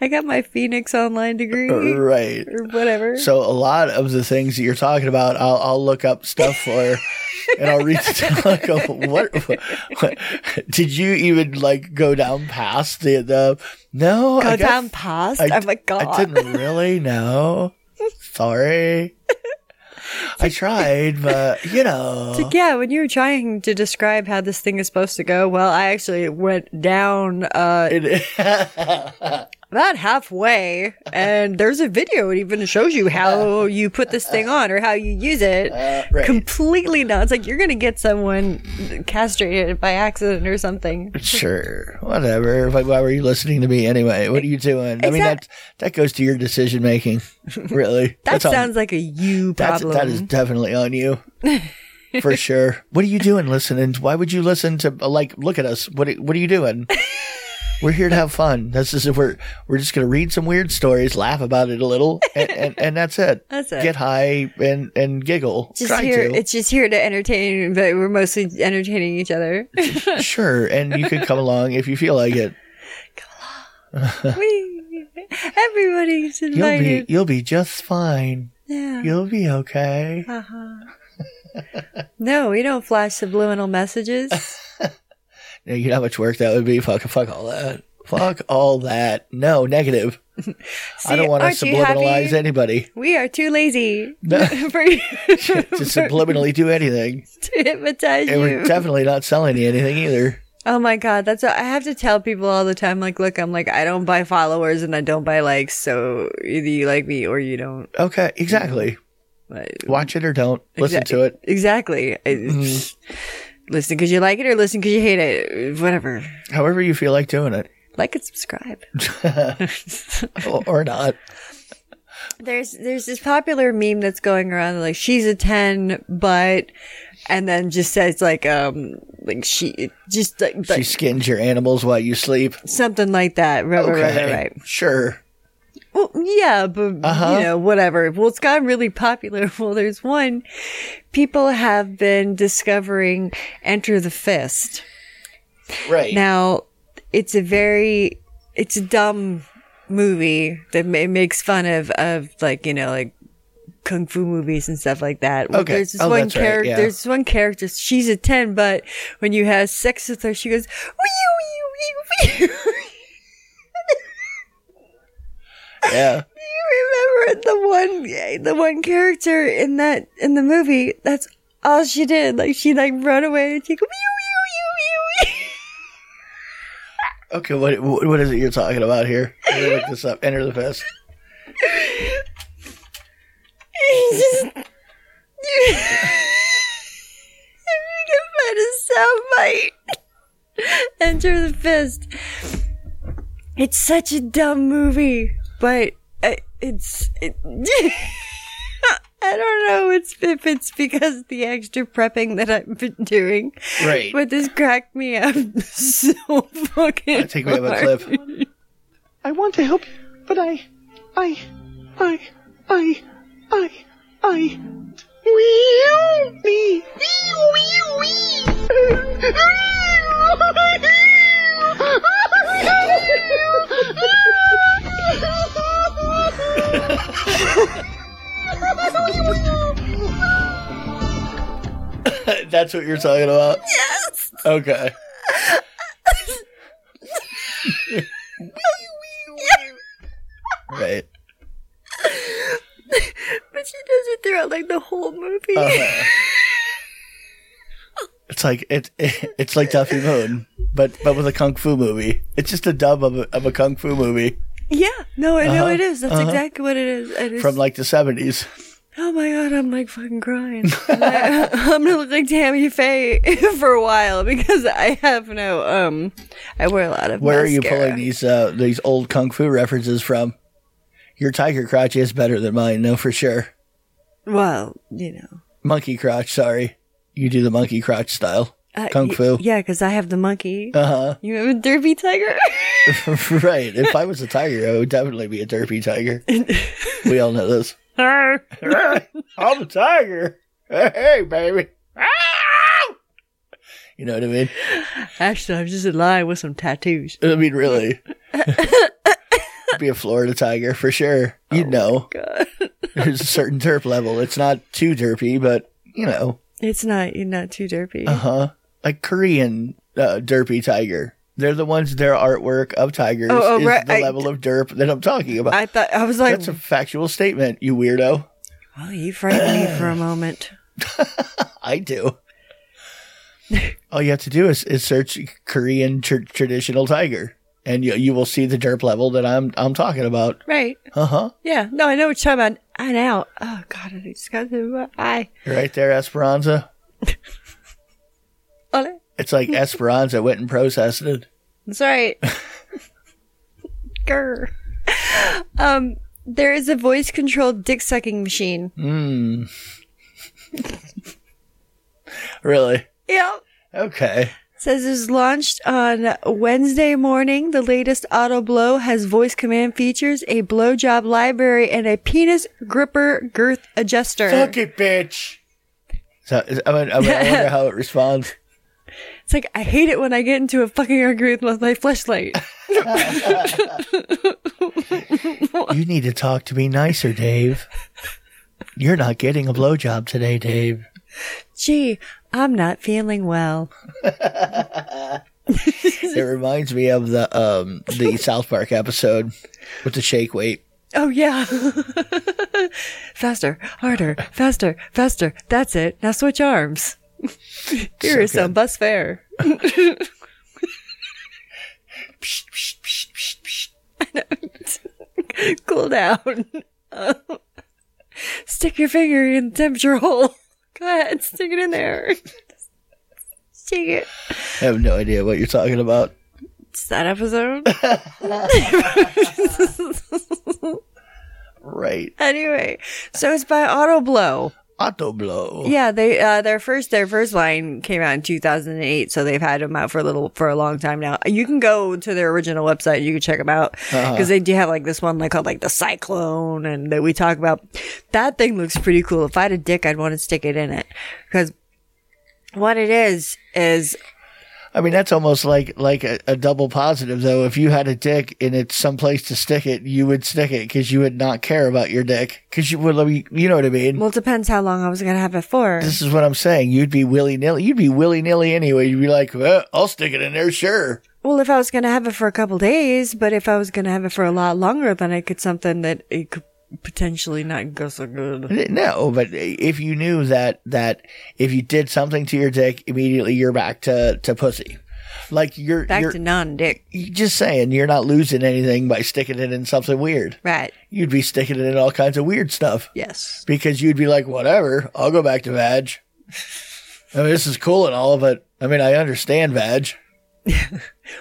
A: I got my Phoenix online degree or
B: Right.
A: whatever.
B: Uh, So a lot of the things that you're talking about, I'll, I'll look up stuff for, and I'll read. [LAUGHS] I'll go, what, what- Did you even like go down past the the? No,
A: Go
B: I guess-
A: down past.
B: I
A: Oh, I'm like,
B: d-
A: God.
B: I didn't really know. Sorry, I tried, but you know,
A: Like, yeah, when you were trying to describe how
B: [LAUGHS]
A: this thing is supposed to go, well, I actually went down uh,
B: it,
A: about halfway, and there's a video. It even shows you
B: [LAUGHS]
A: how you put this thing on or how you use it.
B: Uh, right.
A: Completely not. It's like you're gonna get someone castrated by accident or something.
B: Sure, whatever. Like, why were you listening to me anyway? What are you doing? I mean, that that goes to your decision making, [LAUGHS] really.
A: That
B: on-
A: sounds like a you
B: that's
A: problem.
B: that is definitely
A: [LAUGHS]
B: on you, for sure. What are you doing listening? Why would you listen to like? Look at us. What are- what are
A: [LAUGHS]
B: you doing? We're here to have fun. This is we're we're just gonna read some weird stories, laugh about it a little, and, and, and that's it.
A: [LAUGHS] That's it.
B: Get high and and giggle.
A: just
B: Try
A: here,
B: to.
A: it's just here to entertain, but we're mostly entertaining each
B: [LAUGHS]
A: other. [LAUGHS]
B: sure, and you could come along if you feel like it.
A: Whee! Everybody's
B: You'll be
A: invited.
B: you'll be just fine.
A: yeah.
B: You'll be okay.
A: No, we don't flash subliminal messages.
B: [LAUGHS] Yeah, You know how much work that would be? Fuck, fuck all that. Fuck all that.
A: [LAUGHS]
B: No, negative. I don't want to
A: aren't you
B: subliminalize
A: happy?
B: anybody
A: We are too lazy
B: No.
A: [LAUGHS] for
B: [LAUGHS]
A: you
B: to subliminally do anything.
A: to hypnotize
B: And we're
A: you.
B: definitely not selling you anything either.
A: oh my god, that's what I have to tell people all the time. Like, look, I'm like, I don't buy followers and I don't buy likes, so either you like me or you don't.
B: Okay, exactly.
A: Like,
B: Watch it or don't. Listen
A: exa-
B: to it. Mm-hmm.
A: Exactly. I- [LAUGHS] Listen because you like it or listen because you hate it. Whatever.
B: However you feel like doing it.
A: Like and
B: [LAUGHS]
A: subscribe. [LAUGHS]
B: Or- Or not.
A: There's there's this popular meme that's going around like she's a ten, but and then just says like um like she just like,
B: She
A: like
B: skins your animals while you sleep.
A: something like that. Right, right, right, right, right.
B: Sure.
A: Well, yeah, but you know, whatever. Well, it's gotten really popular. [LAUGHS] Well, there's one people have been discovering Enter the Fist.
B: Right.
A: Now, it's a very it's a dumb movie that ma- makes fun of of like you know like kung fu movies and stuff like that.
B: Okay.
A: There's this
B: Oh,
A: one
B: that's right,
A: character.
B: yeah.
A: There's this one character. She's a ten, but when you have sex with her, she goes. "Wee, wee, wee, wee." [LAUGHS]
B: yeah.
A: you remember the one the one character in that in the movie that's all she did like she like run away and she go, "Wee, wee, wee, wee, [LAUGHS] wee."
B: Okay, what, what what is it you're talking about here? Let me look this up. Enter the fist.
A: It's just [LAUGHS] if you can find a soundbite, [LAUGHS] enter the fist. It's such a dumb movie, but uh, it's. It, [LAUGHS] I don't know it's, if it's because of the extra prepping that I've been doing,
B: Right.
A: but this cracked me up [LAUGHS] so fucking.
B: Take
A: [LAUGHS]
B: me up a
A: hard.
B: clip.
E: I want to help you, but I, I, I, I, I, I. Wee me,
B: [LAUGHS] That's what you're talking about? Yes.
A: [LAUGHS]
B: Okay. right.
A: But she does it throughout like the whole movie.
B: Uh-huh. It's like it, [LAUGHS] it- it's like Duffy Moon, but but with a kung fu movie. It's just a dub of a, of a kung fu movie
A: [LAUGHS] Yeah, no, I know it is. That's exactly what it is. I just,
B: Uh-huh. from like the seventies.
A: oh my god, I'm like fucking crying. [LAUGHS] I'm, like, I'm gonna look like Tammy Faye [LAUGHS] for a while because I have no um. I wear a lot of.
B: Where are you
A: mascara.
B: pulling these uh, these old kung fu references from? Your tiger crotch is better than mine, no, for sure.
A: Well, you know,
B: Monkey crotch, sorry. You do the monkey crotch style,
A: uh,
B: kung
A: y-
B: fu. Uh-huh.
A: yeah, because I have the monkey. Uh huh. You have a derpy tiger. [LAUGHS]
B: [LAUGHS] right. If I was a tiger, I would definitely be a derpy tiger. we all know this. I'm a tiger. Hey, baby. [LAUGHS] You know what I mean?
A: Actually, I'm just a lion with some tattoos.
B: I mean, really. be a Florida tiger for sure. You'd know. [LAUGHS] There's a certain derp level. It's not too derpy, but, you know,
A: It's not. You're not too derpy.
B: Uh-huh. like Korean uh, derpy tiger. They're the ones, their artwork of tigers
A: Oh, oh,
B: is
A: right.
B: the
A: I-
B: level of derp that I'm talking about.
A: I thought I was like,
B: That's a factual statement, you weirdo.
A: oh, you frightened me for a moment.
B: I do. All you have to do is, is search Korean tr- traditional tiger. and you, you will see the derp level that I'm I'm talking about.
A: Right.
B: Uh huh.
A: Yeah. No, I know what you're talking about. I know. Oh, God. I just got the eye.
B: Right there, Esperanza.
A: On it.
B: It's [LAUGHS] like Esperanza went and processed it.
A: That's right. Grr. Um, there is a voice controlled dick sucking machine.
B: Really?
A: Yep.
B: Okay.
A: Says it was launched on Wednesday morning. The latest auto blow has voice command features, a blowjob library, and a penis gripper girth adjuster.
B: Fuck it, bitch. So is- I, mean, I, mean, [LAUGHS] I wonder how it responds.
A: It's like I hate it when I get into a fucking argument with my flashlight.
B: You need to talk to me nicer, Dave. You're not getting a blowjob today, Dave.
A: Gee, I'm not feeling well.
B: It reminds me of the um the South Park episode with the shake weight.
A: Oh yeah. [LAUGHS] faster, harder, faster, faster. That's it. Now switch
B: [LAUGHS]
A: arms. Here is
B: So
A: some
B: good.
A: bus
B: [LAUGHS]
A: fare. [LAUGHS] I know. cool down. [LAUGHS] stick your finger in the temperature hole. [LAUGHS] Go ahead, stick it in there. [LAUGHS] Stick it.
B: I have no idea what you're talking about.
A: It's that episode. [LAUGHS]
B: Right.
A: anyway, so it's by Auto Blow.
B: Auto blow.
A: Yeah, they uh, their first their first line came out in 2008, so they've had them out for a little for a long time now. You can go to their original website, you can check them out because they do have like this one like called like the Cyclone, and that we talk about. That thing looks pretty cool. If I had a dick, I'd want to stick it in it because what it is is
B: I mean, that's almost like like a, a double positive, though. If you had a dick and it's someplace to stick it, you would stick it because you would not care about your dick because you would. let me- You know what I mean?
A: well, it depends how long I was gonna have it for.
B: This is what I'm saying. You'd be willy nilly. You'd be willy nilly anyway. You'd be like, well, I'll stick it in there, sure.
A: Well, if I was going to have it for a couple days, but if I was going to have it for a lot longer, then I could something that it could potentially not go so good.
B: No, but if you knew that that if you did something to your dick, immediately you're back to to pussy. Like you're
A: Back
B: you're
A: to non dick.
B: you're just saying you're not losing anything by sticking it in something weird.
A: Right.
B: You'd be sticking it in all kinds of weird stuff.
A: Yes.
B: because you'd be like, whatever, I'll go back to Vag. I mean, this is cool and all, but I mean, I understand Vag.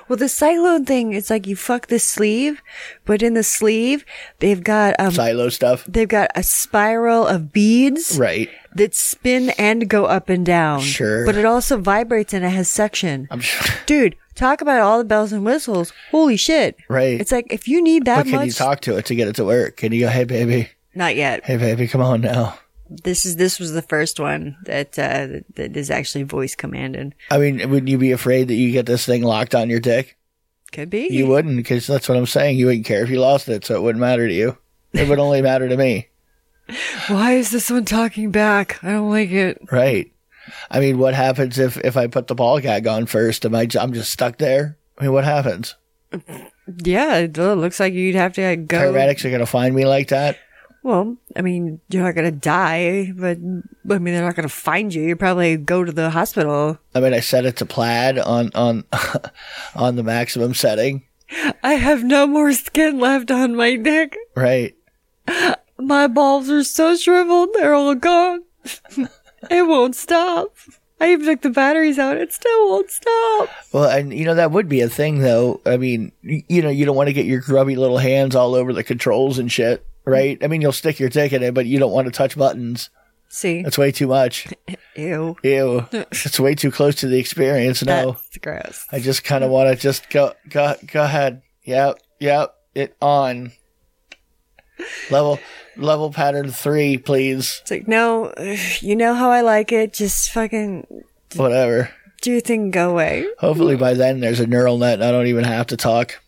A: Well, the cyclone thing, it's like you fuck the sleeve, but in the sleeve, they've got, um,
B: Silo stuff.
A: they've got a spiral of beads
B: Right.
A: that spin and go up and down.
B: Sure. Um,
A: But it also vibrates and it has suction.
B: I'm sure. [LAUGHS]
A: Dude, talk about all the bells and whistles. Holy shit.
B: Right.
A: It's like, if you need that
B: But can
A: much.
B: you talk to it to get it to work? Can you go, hey, baby,
A: not yet.
B: hey, baby, come on now?
A: this is this was the first one that uh, that- that is actually voice commanded.
B: I mean, wouldn't you be afraid that you get this thing locked on your dick?
A: Could be.
B: You wouldn't, because that's what I'm saying. You wouldn't care if you lost it, so it wouldn't matter to you. It would only matter to me.
A: Why is this one talking back? I don't like it.
B: Right. I mean, what happens if, if I put the ball gag on first? Am I, j- I'm just stuck there? I mean, what happens?
A: Yeah, it uh, looks like you'd have to uh, go.
B: Paramedics are going to find me like that?
A: Well, I mean, you're not gonna die, but I mean, they're not gonna find you. You probably go to the hospital.
B: I mean, I set it to plaid on on [LAUGHS] on the maximum setting,
A: I have no more skin left on my dick.
B: right?
A: My balls are so shriveled; they're all gone. [LAUGHS] it won't stop. I even took the batteries out; it still won't stop.
B: Well, and you know that would be a thing, though. I mean, y- you know, you don't want to get your grubby little hands all over the controls and shit, right? I mean, you'll stick your dick in it, but you don't want to touch buttons.
A: See,
B: That's way too much.
A: ew,
B: Ew, it's way too close to the experience. [LAUGHS] No,
A: that's gross.
B: I just kind of want to just go go go ahead. Yep, yep. It on level level pattern three, please.
A: It's like, no, [SIGHS] you know how I like it. Just fucking
B: Whatever.
A: do your thing, and go away.
B: Hopefully by then there's a neural net and I don't even have to talk.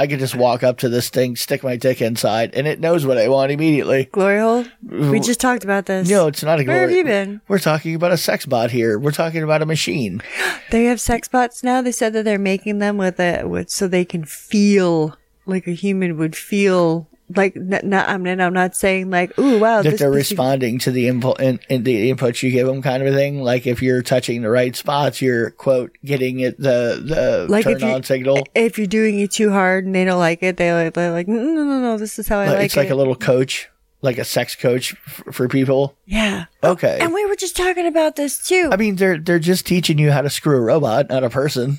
B: I can just walk up to this thing, stick my dick inside, and it knows what I want immediately.
A: Glory hole. We just talked about this.
B: No, it's not a glory.
A: Where have you been?
B: We're talking about a sex bot here. We're talking about a machine.
A: They have sex bots now. They said that they're making them with a with so they can feel like a human would feel like, n- n- I mean, I'm not saying like, ooh, wow,
B: that
A: this
B: they're
A: person-
B: responding to the input in, in the inputs you give them, kind of a thing. Like if you're touching the right spots, you're quote getting it the the
A: Like if
B: turn
A: you-
B: on signal.
A: If you're doing it too hard and they don't like it, they like, they're like, no, no, no, no, this is how I like
B: it's like
A: it.
B: a little coach, like a sex coach f- for people.
A: yeah.
B: Okay,
A: And we were just talking about this too.
B: I mean they're they're just teaching you how to screw a robot, not a person.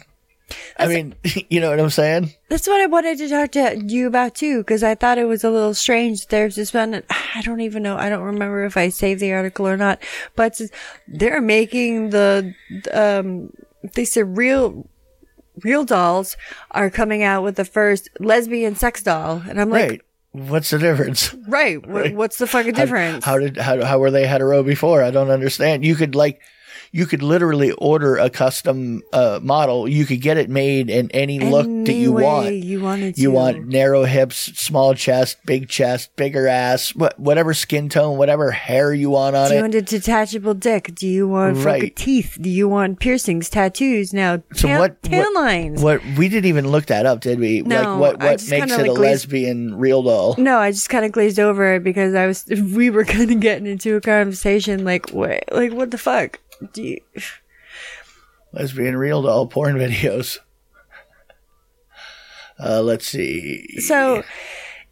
B: I mean, [LAUGHS] you know what I'm saying?
A: That's what I wanted to talk to you about too, because I thought it was a little strange. that There's this one, I don't even know, I don't remember if I saved the article or not, but it's- they're making the, um, they said real, real dolls are coming out with the first lesbian sex doll. And I'm like,
B: right. What's the difference?
A: right, wha- what's the fucking difference?
B: How, how did how how were they hetero before? I don't understand. You could like you could literally order a custom uh, model. You could get it made in any, look that you
A: way
B: want.
A: You wanted
B: You
A: to.
B: want narrow hips, small chest, big chest, bigger ass, what whatever skin tone, whatever hair you want on
A: Do you
B: it.
A: want a detachable dick? Do you want fucking
B: Right.
A: teeth? Do you want piercings, tattoos? Now,
B: So
A: tan,
B: what
A: tan
B: what,
A: lines?
B: what we didn't even look that up, did we?
A: No,
B: like what
A: I
B: what
A: just
B: makes
A: kinda,
B: it a
A: like, glazed-
B: lesbian real doll?
A: No, I just kind of glazed over it because I was [LAUGHS] we were kind of getting into a conversation like what like what the fuck do you
B: Lesbian real doll porn [LAUGHS] videos. Uh, let's see.
A: so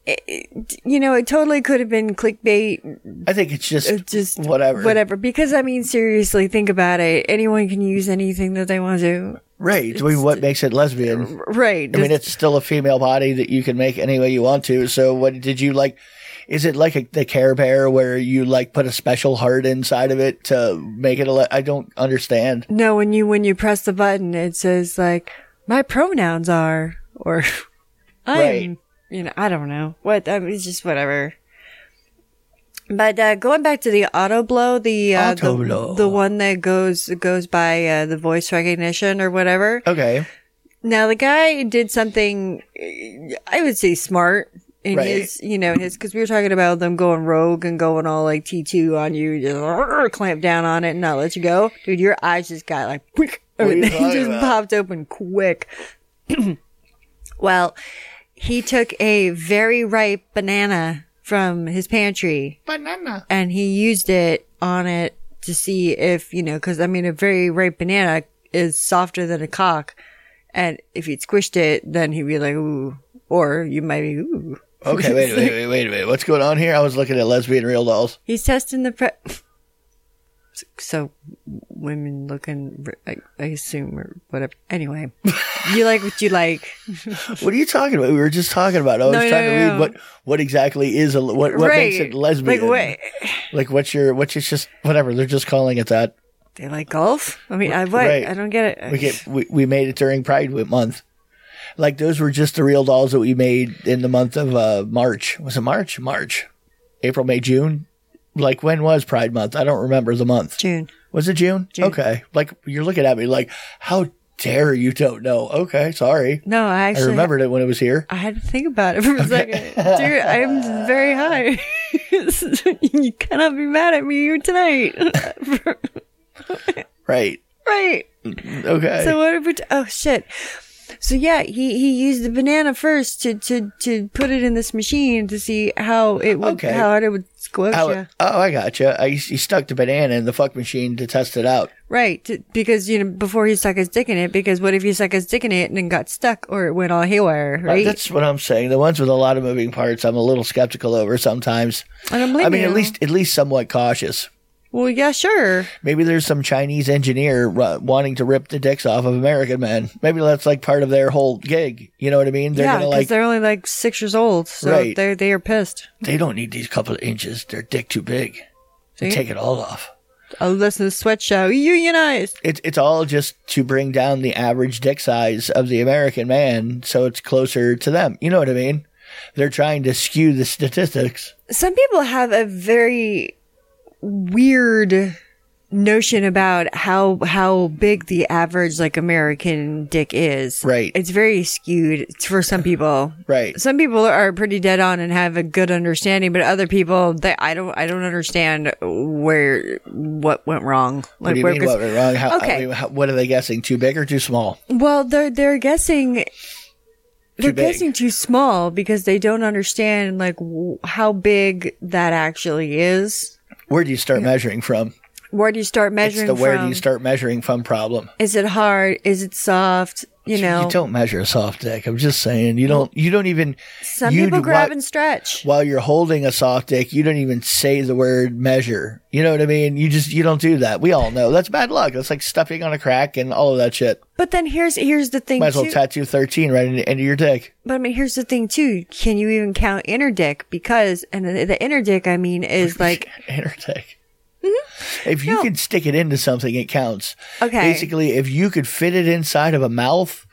A: it- it- you know it totally could have been clickbait
B: I think it's just
A: uh, just
B: whatever.
A: whatever because I mean seriously think about it anyone can use anything that they want to
B: Right. I mean, what makes it lesbian?
A: right
B: I mean, it's still a female body that you can make any way you want to. So, what did you like? Is it like a, the Care Bear where you like put a special heart inside of it to make it a? Le- I don't understand.
A: no when you when you press the button it says like my pronouns are or [LAUGHS] I'm
B: Right.
A: you know I don't know what I mean, it's just whatever. But uh, going back to the auto blow, the uh,
B: Auto
A: the,
B: blow.
A: the one that goes goes by uh, the voice recognition or whatever.
B: Okay.
A: Now the guy did something, eh, I would say smart in
B: Right.
A: his, you know, in his because we were talking about them going rogue and going all like T two on you, just "Arr," clamp down on it and not let you go, dude. Your eyes just got like, quick. I
B: What are
A: mean, [LAUGHS]
B: you
A: they
B: talking
A: just
B: about?
A: popped open quick. [CLEARS THROAT] well, he took a very ripe banana from his pantry
B: Banana.
A: and he used it on it to see if you know because i mean a very ripe banana is softer than a cock and if he'd squished it then he'd be like ooh or you might be ooh
B: Okay. Wait. a minute, Wait. Wait. Wait a minute. What's going on here? I was looking at lesbian real dolls.
A: he's testing the pre [LAUGHS] so women looking i, I assume or whatever
B: [LAUGHS]
A: anyway you like what you like
B: What are you talking about? We were just talking about. I was
A: no,
B: trying
A: no,
B: to read
A: no.
B: what what exactly is a what what makes it lesbian.
A: like wait
B: Like what's your what's it's just whatever they're just calling it that.
A: they like golf i mean i what
B: Right.
A: i don't get it
B: We get we, we made it during Pride Wi- month. Like those were just the real dolls that we made in the month of uh, March. Was it March? March, April, May, June. Like when was Pride month? I don't remember the month.
A: june
B: Was it June? Okay. Like you're looking at me like how dare you don't know? Okay, sorry.
A: no i
B: I
A: actually
B: remembered it when it was here.
A: I had to think about it for a
B: [LAUGHS]
A: second. Dude, I'm very high. [LAUGHS] you cannot be mad at me tonight. [LAUGHS]
B: Right.
A: right.
B: Okay.
A: So what if we t- oh shit. So yeah, he, he used the banana first to, to, to put it in this machine to see how it would
B: Okay.
A: how hard it would squelch
B: How-
A: you.
B: oh, I gotcha. I, he stuck the banana in the fuck machine to test it out.
A: Right, to- because you know before he stuck his dick in it. Because what if he stuck his dick in it and then got stuck or it went all haywire?
B: Uh,
A: Right,
B: That's what I'm saying. The ones with a lot of moving parts, I'm a little skeptical over sometimes.
A: and I'm
B: I mean,
A: you.
B: at least at least somewhat cautious.
A: well, yeah, sure.
B: Maybe there's some Chinese engineer uh, wanting to rip the dicks off of American men. Maybe that's like part of their whole gig. You know what I mean? They're
A: yeah,
B: gonna
A: because
B: like
A: they're only like six years old, so
B: Right.
A: they're they are pissed.
B: they don't need these couple of inches. Their dick too big. They
A: See?
B: take it all off.
A: Oh, listen to Sweat Show. Unionized.
B: It's it's all just to bring down the average dick size of the American man, so it's closer to them. You know what I mean? They're trying to skew the statistics.
A: Some people have a very weird notion about how how big the average like American dick is.
B: Right.
A: It's very skewed It's for some people.
B: Right.
A: Some people are pretty dead on and have a good understanding, but other people they I don't I don't understand where what went wrong.
B: What do you
A: where-
B: mean? What went wrong? How,
A: Okay.
B: I mean, how- what are they guessing? Too big or too small?
A: Well, they're they're guessing They're
B: big.
A: guessing too small because they don't understand like w- how big that actually is.
B: Where do you start measuring from?
A: Where do you start
B: It's
A: measuring
B: the where do
A: from?
B: you start measuring from problem.
A: Is it hard? Is it soft? You know,
B: You don't measure a soft dick. I'm just saying you don't. You don't even.
A: some
B: you
A: people
B: do-
A: grab
B: why-
A: and stretch.
B: while you're holding a soft dick, you don't even say the word measure. You know what I mean? You just you don't do that. We all know that's bad luck. That's like stuffing on a crack and all of that shit.
A: But then here's here's the thing
B: Might as well
A: too.
B: tattoo thirteen right in the end of your dick. [LAUGHS]
A: but I mean, here's the thing too. Can you even count inner dick? Because and the, the inner dick, I mean,
B: [LAUGHS]
A: is like
B: Inner dick. If you
A: Mm-hmm. No.
B: can stick it into something, it counts.
A: Okay.
B: Basically, if you could fit it inside of a mouth,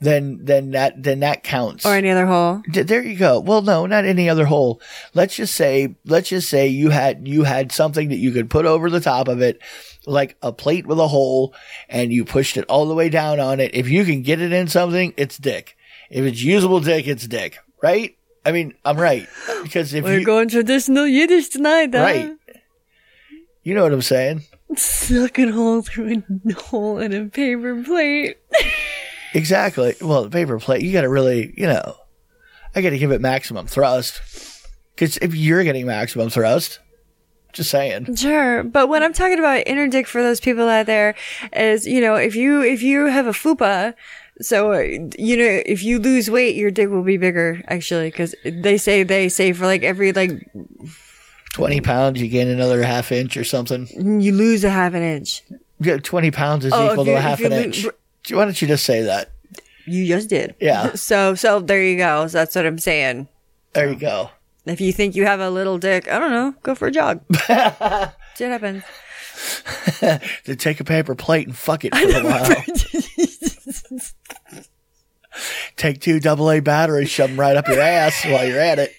B: then then that then that counts.
A: or any other hole.
B: D- there you go. Well, no, not any other hole. Let's just say, let's just say you had you had something that you could put over the top of it, like a plate with a hole, and you pushed it all the way down on it. If you can get it in something, it's dick. If it's usable dick, it's dick. Right? I mean, I'm right because if
A: We're
B: you
A: going traditional Yiddish tonight, huh?
B: right, you know what I'm saying.
A: Suck a hole through a [LAUGHS] hole in a paper plate.
B: Exactly. Well, the paper plate, you got to really, you know, I got to give it maximum thrust because if you're getting maximum thrust, just saying.
A: Sure, but when I'm talking about inner dick for those people out there, is you know if you if you have a fupa, so uh, you know if you lose weight, your dick will be bigger actually because they say they say for like every like
B: 20 pounds, you gain another half inch or something.
A: you lose a half an inch.
B: Yeah, 20 pounds is
A: Oh, if
B: equal to
A: you-
B: a
A: if
B: half
A: you
B: an
A: lo-
B: inch. Do- Why don't you just say that?
A: You just did. [LAUGHS]
B: Yeah.
A: So so there you go. So that's what I'm saying.
B: There you go.
A: If you think you have a little dick, I don't know, go for a jog. Shit happens.
B: Then take a paper plate and
A: [LAUGHS]
B: fuck it for a while. take two double A batteries, shove them right up your ass while you're at it.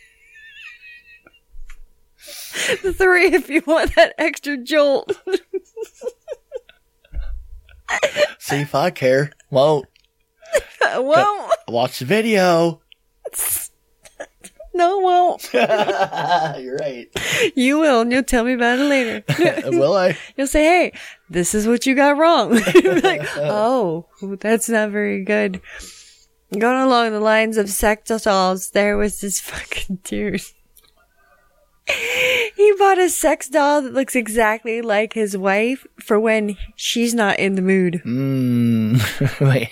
A: Three if you want that extra jolt.
B: See if I care. Won't.
A: won't.
B: Watch the video.
A: No, won't.
B: Ah, you're right.
A: You will, and you'll tell me about it later.
B: [LAUGHS] Will I?
A: You'll say, "Hey, this is what you got wrong." [LAUGHS] You're
B: [LAUGHS]
A: like, "Oh, that's not very good." Going along the lines of sectitals, there was this [LAUGHS] fucking dude. [LAUGHS] He bought a sex doll that looks exactly like his wife for when she's not in the mood.
B: Mm. [LAUGHS] Wait.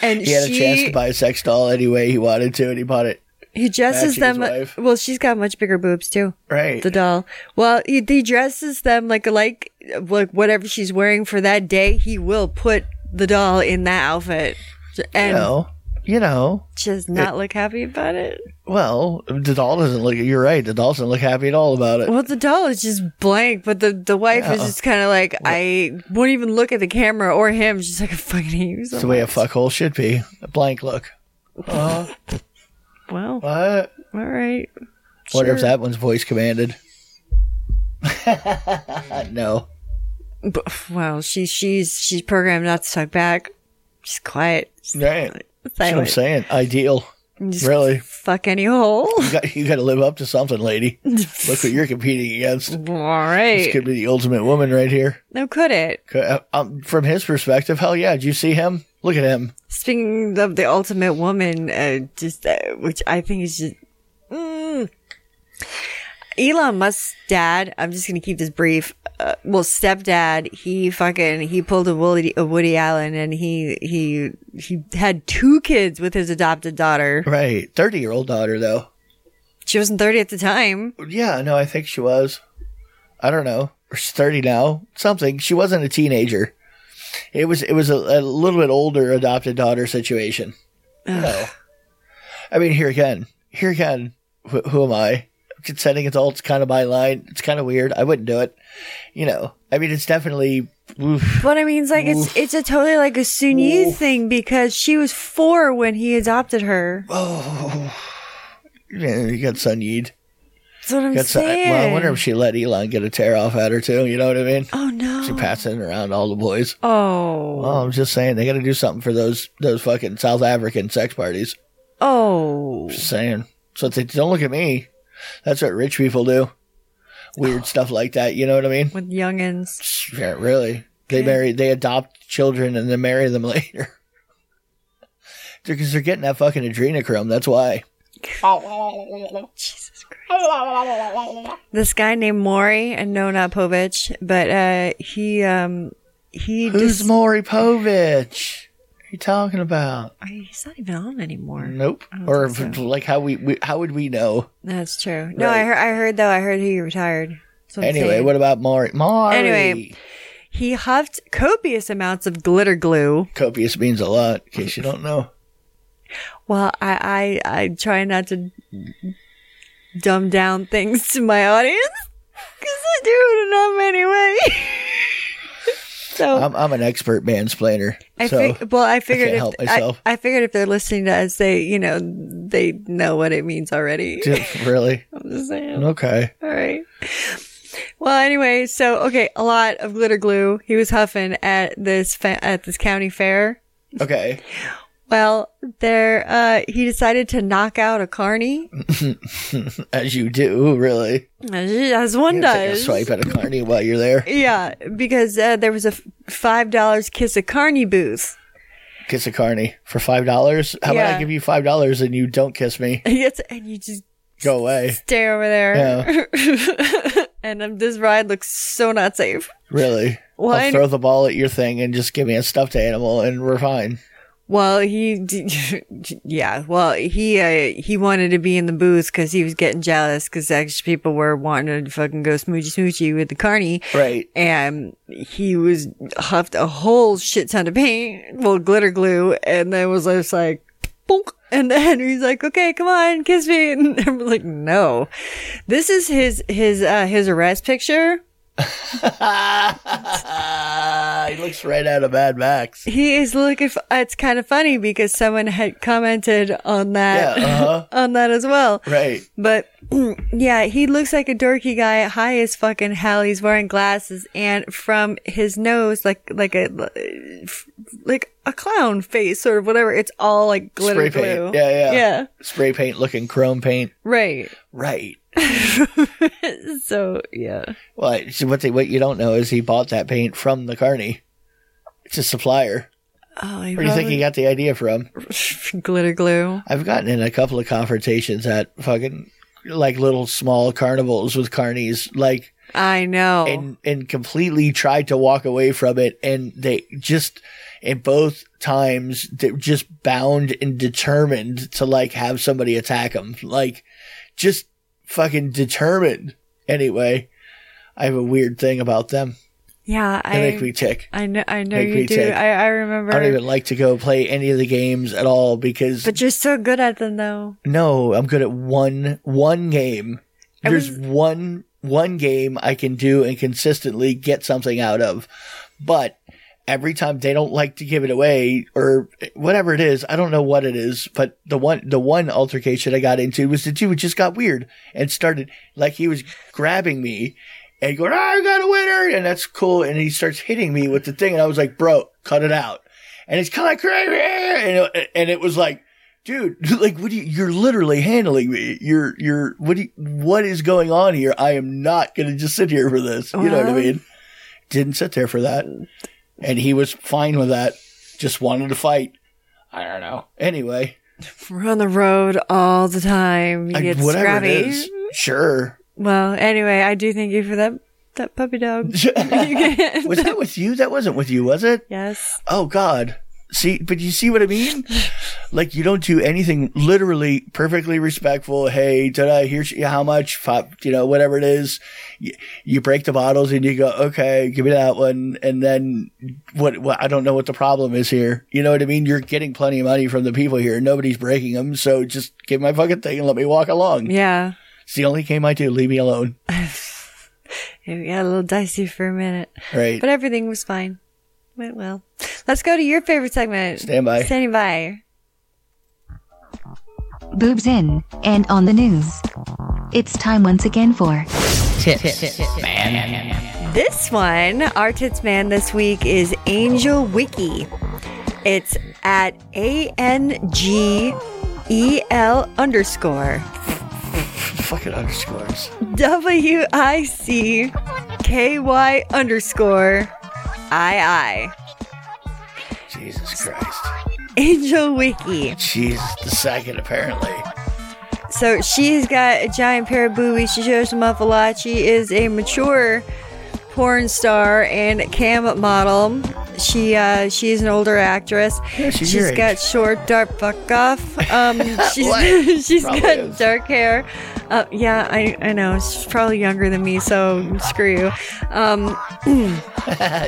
A: And
B: He had a
A: she,
B: chance to buy a sex doll anyway he wanted to, and he bought it.
A: he dresses
B: matching his
A: them.
B: wife.
A: Well, she's got much bigger boobs too.
B: Right.
A: the doll. Well, he, he dresses them like like like whatever she's wearing for that day. He will put the doll in that outfit
B: you
A: and
B: know. You know.
A: just not look happy about it.
B: Well, the doll doesn't look. You're right. The doll doesn't look happy at all about it.
A: Well, the doll is just blank, but the the wife is just kind of like I won't even look at the camera or him. She's like I fucking hate you so
B: That's the way a
A: much."
B: fuckhole should be. A blank look.
A: Well, all
B: What?
A: right.
B: Wonder if
A: Sure.
B: that one's voice [LAUGHS] commanded. no.
A: But, well, she she's she's programmed not to talk back. She's quiet. She's
B: Right. That's what I'm
A: silent.
B: saying. Ideal.
A: Just
B: Really.
A: Fuck any hole. [LAUGHS]
B: You got, you got to live up to something, lady. Look what you're competing against.
A: All right.
B: This could be the ultimate woman right here.
A: no, could it?
B: Co- uh, Um, from his perspective, hell yeah. Did you see him? Look at him.
A: Speaking of the ultimate woman, uh, just uh, which I think is just mm. Elon Musk's dad. I'm just gonna keep this brief. Uh, well, stepdad, he fucking he pulled a Woody, a Woody Allen, and he he he had two kids with his adopted daughter.
B: Right. 30 year old daughter, though.
A: She wasn't thirty at the time.
B: Yeah, no, I think she was. I don't know. She's thirty now. Something. She wasn't a teenager. It was it was a, a little bit older adopted daughter situation. No. I mean, here again, here again. Wh- who am I? Consenting adults, kind of my line. It's kind of weird. I wouldn't do it. You know. I mean, it's definitely. oof.
A: But I mean, it's like it's it's a totally like a Sunyi thing because she was four when he adopted her.
B: Yeah, you got Sun Yeed.
A: That's what I'm
B: Got Sun,
A: saying.
B: well, I wonder if she let Elon get a tear off at her too. You know what I mean?
A: oh no.
B: She passing around all the boys.
A: oh.
B: Well, I'm just saying they got to do something for those those fucking South African sex parties.
A: Oh.
B: Just saying. So they don't look at me. That's what rich people do. Weird [SIGHS] stuff like that. You know what I mean?
A: with youngins.
B: Yeah, [LAUGHS] really. They marry. They adopt children and then marry them later. because they're getting that fucking adrenochrome. That's why.
A: This guy named Maury, and no, not Povich, but uh, he um, he
B: Who's
A: just
B: Maury Povich? What are you talking about?
A: he's not even on anymore.
B: Nope. Or like how we, we how would we know?
A: That's true. No, I heard. I heard though. I heard he retired. That's what I'm
B: Anyway,
A: saying.
B: what about Maury? Maury.
A: Anyway. he huffed copious amounts of glitter glue.
B: copious means a lot. In case you don't know,
A: Well, I I, I try not to dumb down things to my audience because I do it enough anyway. [LAUGHS] so
B: I'm I'm an expert mansplainer.
A: I
B: so [LAUGHS]
A: fig- well, I figured
B: can't
A: if,
B: help
A: I-
B: myself.
A: I, figured if they're listening to us, they you know they know what it means already.
B: really
A: [LAUGHS] I'm just saying.
B: okay.
A: All right. Well, anyway, so okay, a lot of glitter glue. He was huffing at this fa- at this county fair.
B: Okay.
A: Well, there uh, he decided to knock out a carny,
B: As you do, really.
A: as one
B: Take a
A: does.
B: swipe at a carny while you're there.
A: Yeah, because uh, there was a f- five dollars kiss a carny booth. [LAUGHS]
B: Kiss a carny for five dollars. How about
A: Yeah.
B: I give you five dollars and you don't kiss me?
A: Yes, and you just
B: Go away.
A: stare over
B: Yeah.
A: there. [LAUGHS] and um, this ride looks so not safe.
B: Really.
A: Well, I-
B: I'll throw the ball at your thing and just give me a stuffed animal and we're fine. [LAUGHS]
A: Well, he, d- [LAUGHS] yeah. Well, he uh, he wanted to be in the booth because he was getting jealous because actually people were wanting to fucking go smoochy smoochy with the carny,
B: Right.
A: and he was huffed a whole shit ton of paint, well, glitter glue, and then was just like, bonk. And then he's like, okay, come on, kiss me. [LAUGHS] And I'm like, no, this is his, his, uh, his arrest picture.
B: he looks right out of Mad Max.
A: He is looking, f it's kind of funny because someone had commented on that,
B: Yeah, uh-huh.
A: [LAUGHS] on that as well. [LAUGHS]
B: Right.
A: But [CLEARS THROAT] yeah, he looks like a dorky guy, high as fucking hell. He's wearing glasses, and from his nose, like like a uh, like a clown face, sort of whatever. It's all like glitter
B: Spray paint.
A: glue.
B: Yeah, yeah.
A: yeah,
B: Spray paint looking chrome paint.
A: right.
B: Right.
A: So yeah,
B: Well, so what they, what you don't know is he bought that paint from the carny. It's a supplier.
A: oh, he
B: Where do you think he got the idea from?
A: probably- glitter glue.
B: I've gotten in a couple of confrontations at fucking like little small carnivals with carnies, like
A: I know.
B: and and completely tried to walk away from it, and they just in both times they were just bound and determined to like have somebody attack them, like just fucking determined. Anyway, I have a weird thing about them.
A: yeah,
B: They make
A: I
B: me tick.
A: I know I know
B: make
A: you
B: me
A: do.
B: tick.
A: I I remember.
B: I don't even like to go play any of the games at all because
A: but you're so good at them, though.
B: no, I'm good at one one game. There's
A: was-
B: one one game I can do and consistently get something out of. But every time they don't like to give it away or whatever it is, I don't know what it is, but the one the one altercation I got into was the dude just got weird and started like he was grabbing me and going, I got a winner and that's cool and he starts hitting me with the thing and I was like, Bro, cut it out. And it's kinda like crazy and it- and it was like dude [LAUGHS] like what do you you're literally handling me you're you're what do you, what is going on here i am not gonna just sit here for this you know what i
A: Well-
B: mean didn't sit there for that and he was fine with that just wanted to fight i don't know anyway
A: We're on the road all the time. You
B: I,
A: get
B: whatever
A: scrappy.
B: it is sure
A: Well, anyway, I do thank you for that that puppy
B: [LAUGHS]
A: dog.
B: was that with you that wasn't with you was it
A: [LAUGHS] yes.
B: oh god see but you see what i mean like you don't do anything literally perfectly respectful hey did i hear you how much Five, you know whatever it is you, you break the bottles and you go okay give me that one and then what, what i don't know what the problem is here you know what i mean you're getting plenty of money from the people here nobody's breaking them so just give my fucking thing and let me walk along
A: Yeah.
B: it's the only game i do leave me alone
A: It got a little dicey for a minute,
B: right
A: but everything was fine. Went well. Let's go to your favorite segment.
B: Stand by.
A: Standing by.
D: Boobs in and on the news. It's time once again for
A: This one, our tits man this week is Angel Wiki. It's at A N G E L underscore.
B: fucking underscores
A: W I C K Y underscore I I.
B: jesus christ
A: Angel Wiki.
B: She's the second, apparently.
A: So she's got a giant pair of boobies. She shows them off a lot. She is a mature porn star and cam model. She uh, she's an older actress.
B: Yeah, she's your
A: she's
B: age.
A: got short, dark fuck off.
B: [LAUGHS]
A: Um, [LAUGHS]
B: What?
A: she's she's
B: Probably
A: got
B: is.
A: dark hair. Uh, yeah, I, I know. She's probably younger than me, so screw you. Um,
B: [LAUGHS]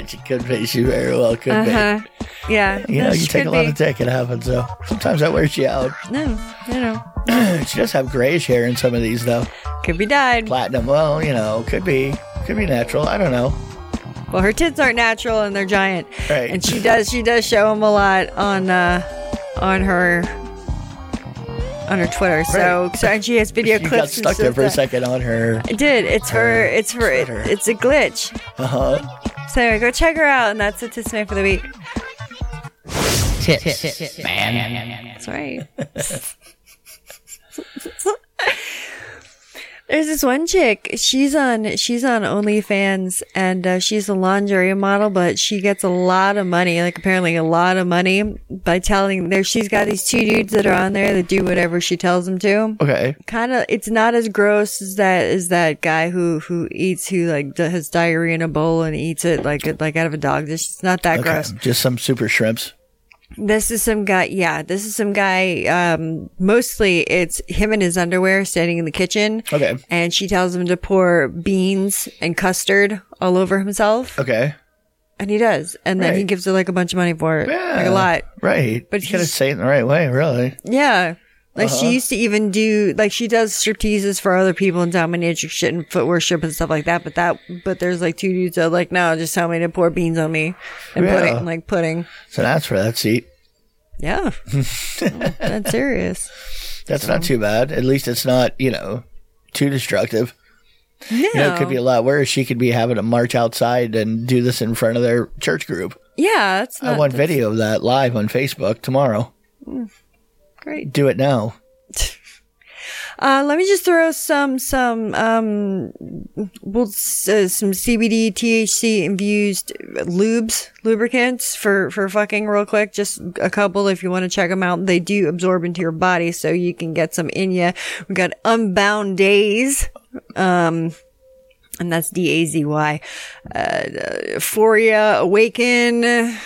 B: she could be. She very well could
A: uh-huh. Yeah.
B: be. You know,
A: no,
B: you
A: she
B: take
A: could
B: a lot
A: be.
B: of dick, it happens, though. Sometimes that wears you out. [CLEARS THROAT]
A: No, you know.
B: she does have grayish hair in some of these, though.
A: Could be dyed.
B: Platinum, well, you know, could be. Could be natural. I don't know.
A: Well, her tits aren't natural and they're giant.
B: Right.
A: And she does she does show them a lot on uh on her on her Twitter. So so and she has video
B: You got
A: clips. and
B: stuck there
A: stuff
B: for a
A: that-
B: second on her.
A: I did. It's her. It's her. it-
B: Twitter.
A: it's a glitch.
B: Uh huh.
A: So go check her out, and that's the tits man for the week.
F: Tits, man.
A: That's right. There's this one chick. She's on she's on OnlyFans and uh, she's a lingerie model, but she gets a lot of money, like apparently a lot of money by telling there she's got these two dudes that are on there that do whatever she tells them to.
B: Okay.
A: Kind of, it's not as gross as that as that guy who who eats who like d- has diarrhea in a bowl and eats it like like out of a dog dish. It's not that
B: okay.
A: gross.
B: Just some super shrimps.
A: This is some guy. Yeah, this is some guy. Um, mostly it's him in his underwear standing in the kitchen.
B: Okay.
A: And she tells him to pour beans and custard all over himself.
B: Okay.
A: And he does. And then he
B: Right.
A: gives her like a bunch of money for it. Like a lot.
B: Right.
A: But
B: But you gotta
A: he's-
B: say it in the right way, really.
A: Yeah. Like
B: Uh-huh.
A: she used to even do, like she does stripteases for other people and dominatrix shit and foot worship and stuff like that. But that, but there's like two dudes that are like, no, just tell me to pour beans on me and
B: Yeah.
A: pudding, like pudding.
B: So that's where that's seat. [LAUGHS]
A: Yeah. That's serious.
B: That's not too bad. At least it's not, you know, too destructive. You know, it could be a lot worse. She could be having to march outside and do this in front of their church group.
A: Yeah, it's not
B: I want
A: that's
B: video of that live on Facebook tomorrow.
A: great.
B: Do it now.
A: Uh, let me just throw some some um, well, s- uh, some CBD, THC infused lubes, lubricants for for fucking real quick. Just a couple if you want to check them out. They do absorb into your body, so you can get some in you. We got Unbound Days. Um, and that's D A Z Y. Uh, Euphoria, Awaken, uh,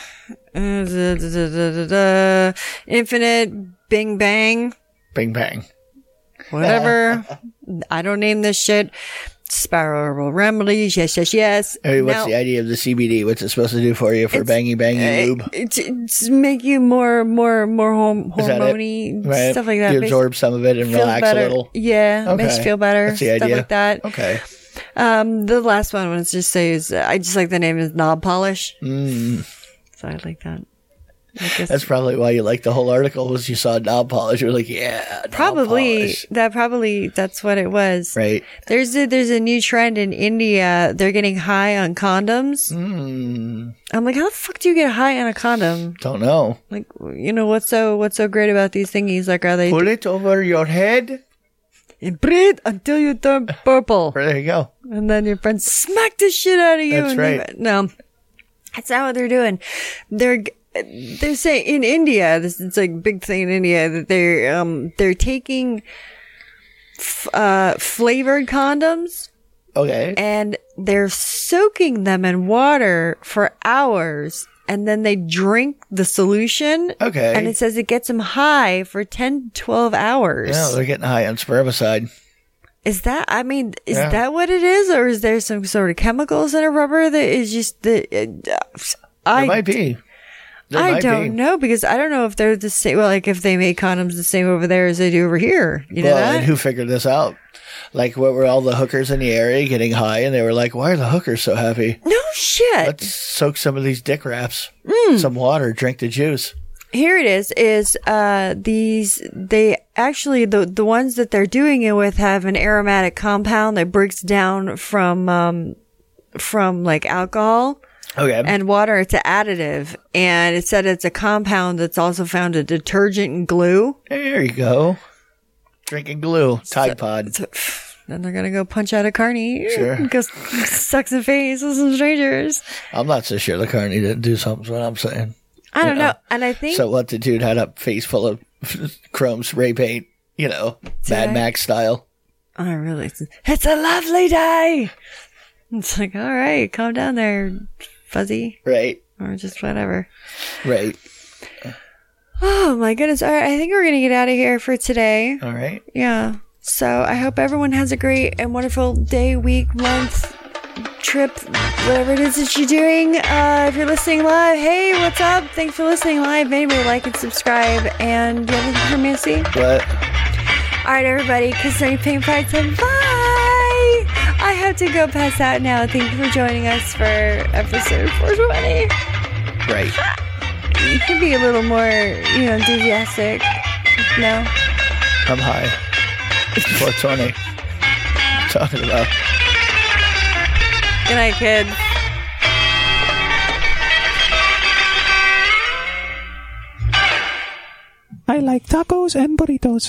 A: da, da, da, da, da, da, Infinite, Bing Bang
B: Bing bang.
A: whatever. [LAUGHS] I don't name this shit. Spiral remedies. Yes, yes, yes.
B: I mean, what's
A: Now,
B: the idea of the CBD? What's it supposed to do for you for banging banging lube?
A: it's, it's make you more, more, more hom-
B: Is that it?
A: hormony
B: Right?
A: stuff like that.
B: You
A: Makes-
B: absorb some of it and
A: feel
B: relax
A: better.
B: a little.
A: Yeah, makes you feel better.
B: That's the
A: stuff
B: idea.
A: like that.
B: Okay.
A: Um, the last one I want to just say is uh, I just like the name is knob polish.
B: Mm.
A: So I like that. I guess
B: That's probably why you liked the whole article was you saw knob polish. You were like, yeah, knob
A: probably
B: polish.
A: that. Probably that's what it was.
B: right.
A: There's a, there's a new trend in India. They're getting high on condoms.
B: Hmm.
A: I'm like, how the fuck do you get high on a condom?
B: Don't know.
A: Like, you know, what's so what's so great about these thingies? Like, are they
B: Put it over your head.
A: breathe until you turn purple,
B: There you go.
A: and then your friends smack the shit out of you?
B: That's
A: and they-
B: right.
A: no, that's not what they're doing. They're g- they're saying in India, this is like big thing in India that they're um they're taking f- uh flavored condoms.
B: Okay.
A: and they're soaking them in water for hours and then they drink the solution.
B: Okay.
A: And it says it gets them high for 10, 12 hours.
B: Yeah, they're getting high on spermicide.
A: Is that, I mean, is
B: Yeah.
A: that what it is? Or is there some sort of chemicals in a rubber that is just the, uh,
B: It
A: I,
B: might be. There
A: I
B: might
A: don't
B: be.
A: know because I don't know if they're the same. Well, like if they make condoms the same over there as they do over here. You know
B: Well,
A: that?
B: and who figured this out? Like, what were all the hookers in the area getting high? And they were like, why are the hookers so happy?
A: no shit.
B: Let's soak some of these dick wraps,
A: Hmm.
B: some water, drink the juice.
A: here it is is uh these they actually the the ones that they're doing it with have an aromatic compound that breaks down from um from like alcohol
B: Okay.
A: and water it's an additive and it said it's a compound that's also found in detergent and glue
B: there you go. Drinking glue, Tide Pod.
A: then they're gonna go punch out a carny
B: Sure.
A: [LAUGHS] go s- suck some face with some strangers
B: I'm not so sure the carney didn't do something, is what I'm saying.
A: I don't know. And I think
B: So what the dude had a face full of [LAUGHS] chrome spray paint, you know, Mad
A: I-
B: Max style.
A: I really, it's a lovely day. It's like, all right, calm down there, fuzzy,
B: Right.
A: or just whatever.
B: Right.
A: Oh my goodness. All right, I think we're going to get out of here for today.
B: All right.
A: Yeah. So I hope everyone has a great and wonderful day, week, month, trip, whatever it is that you're doing. Uh, if you're listening live, hey, what's up? Thanks for listening live. Maybe like and subscribe. And do you have anything for me, Nancy?
B: But
A: All right, everybody, kiss any paint parts and bye. I have to go pass out now. Thank you for joining us for episode 420.
B: right.
A: You could be a little more, you know, enthusiastic. No.
B: I'm high. 420. Talking about.
A: Good night, kids.
F: I like tacos and burritos.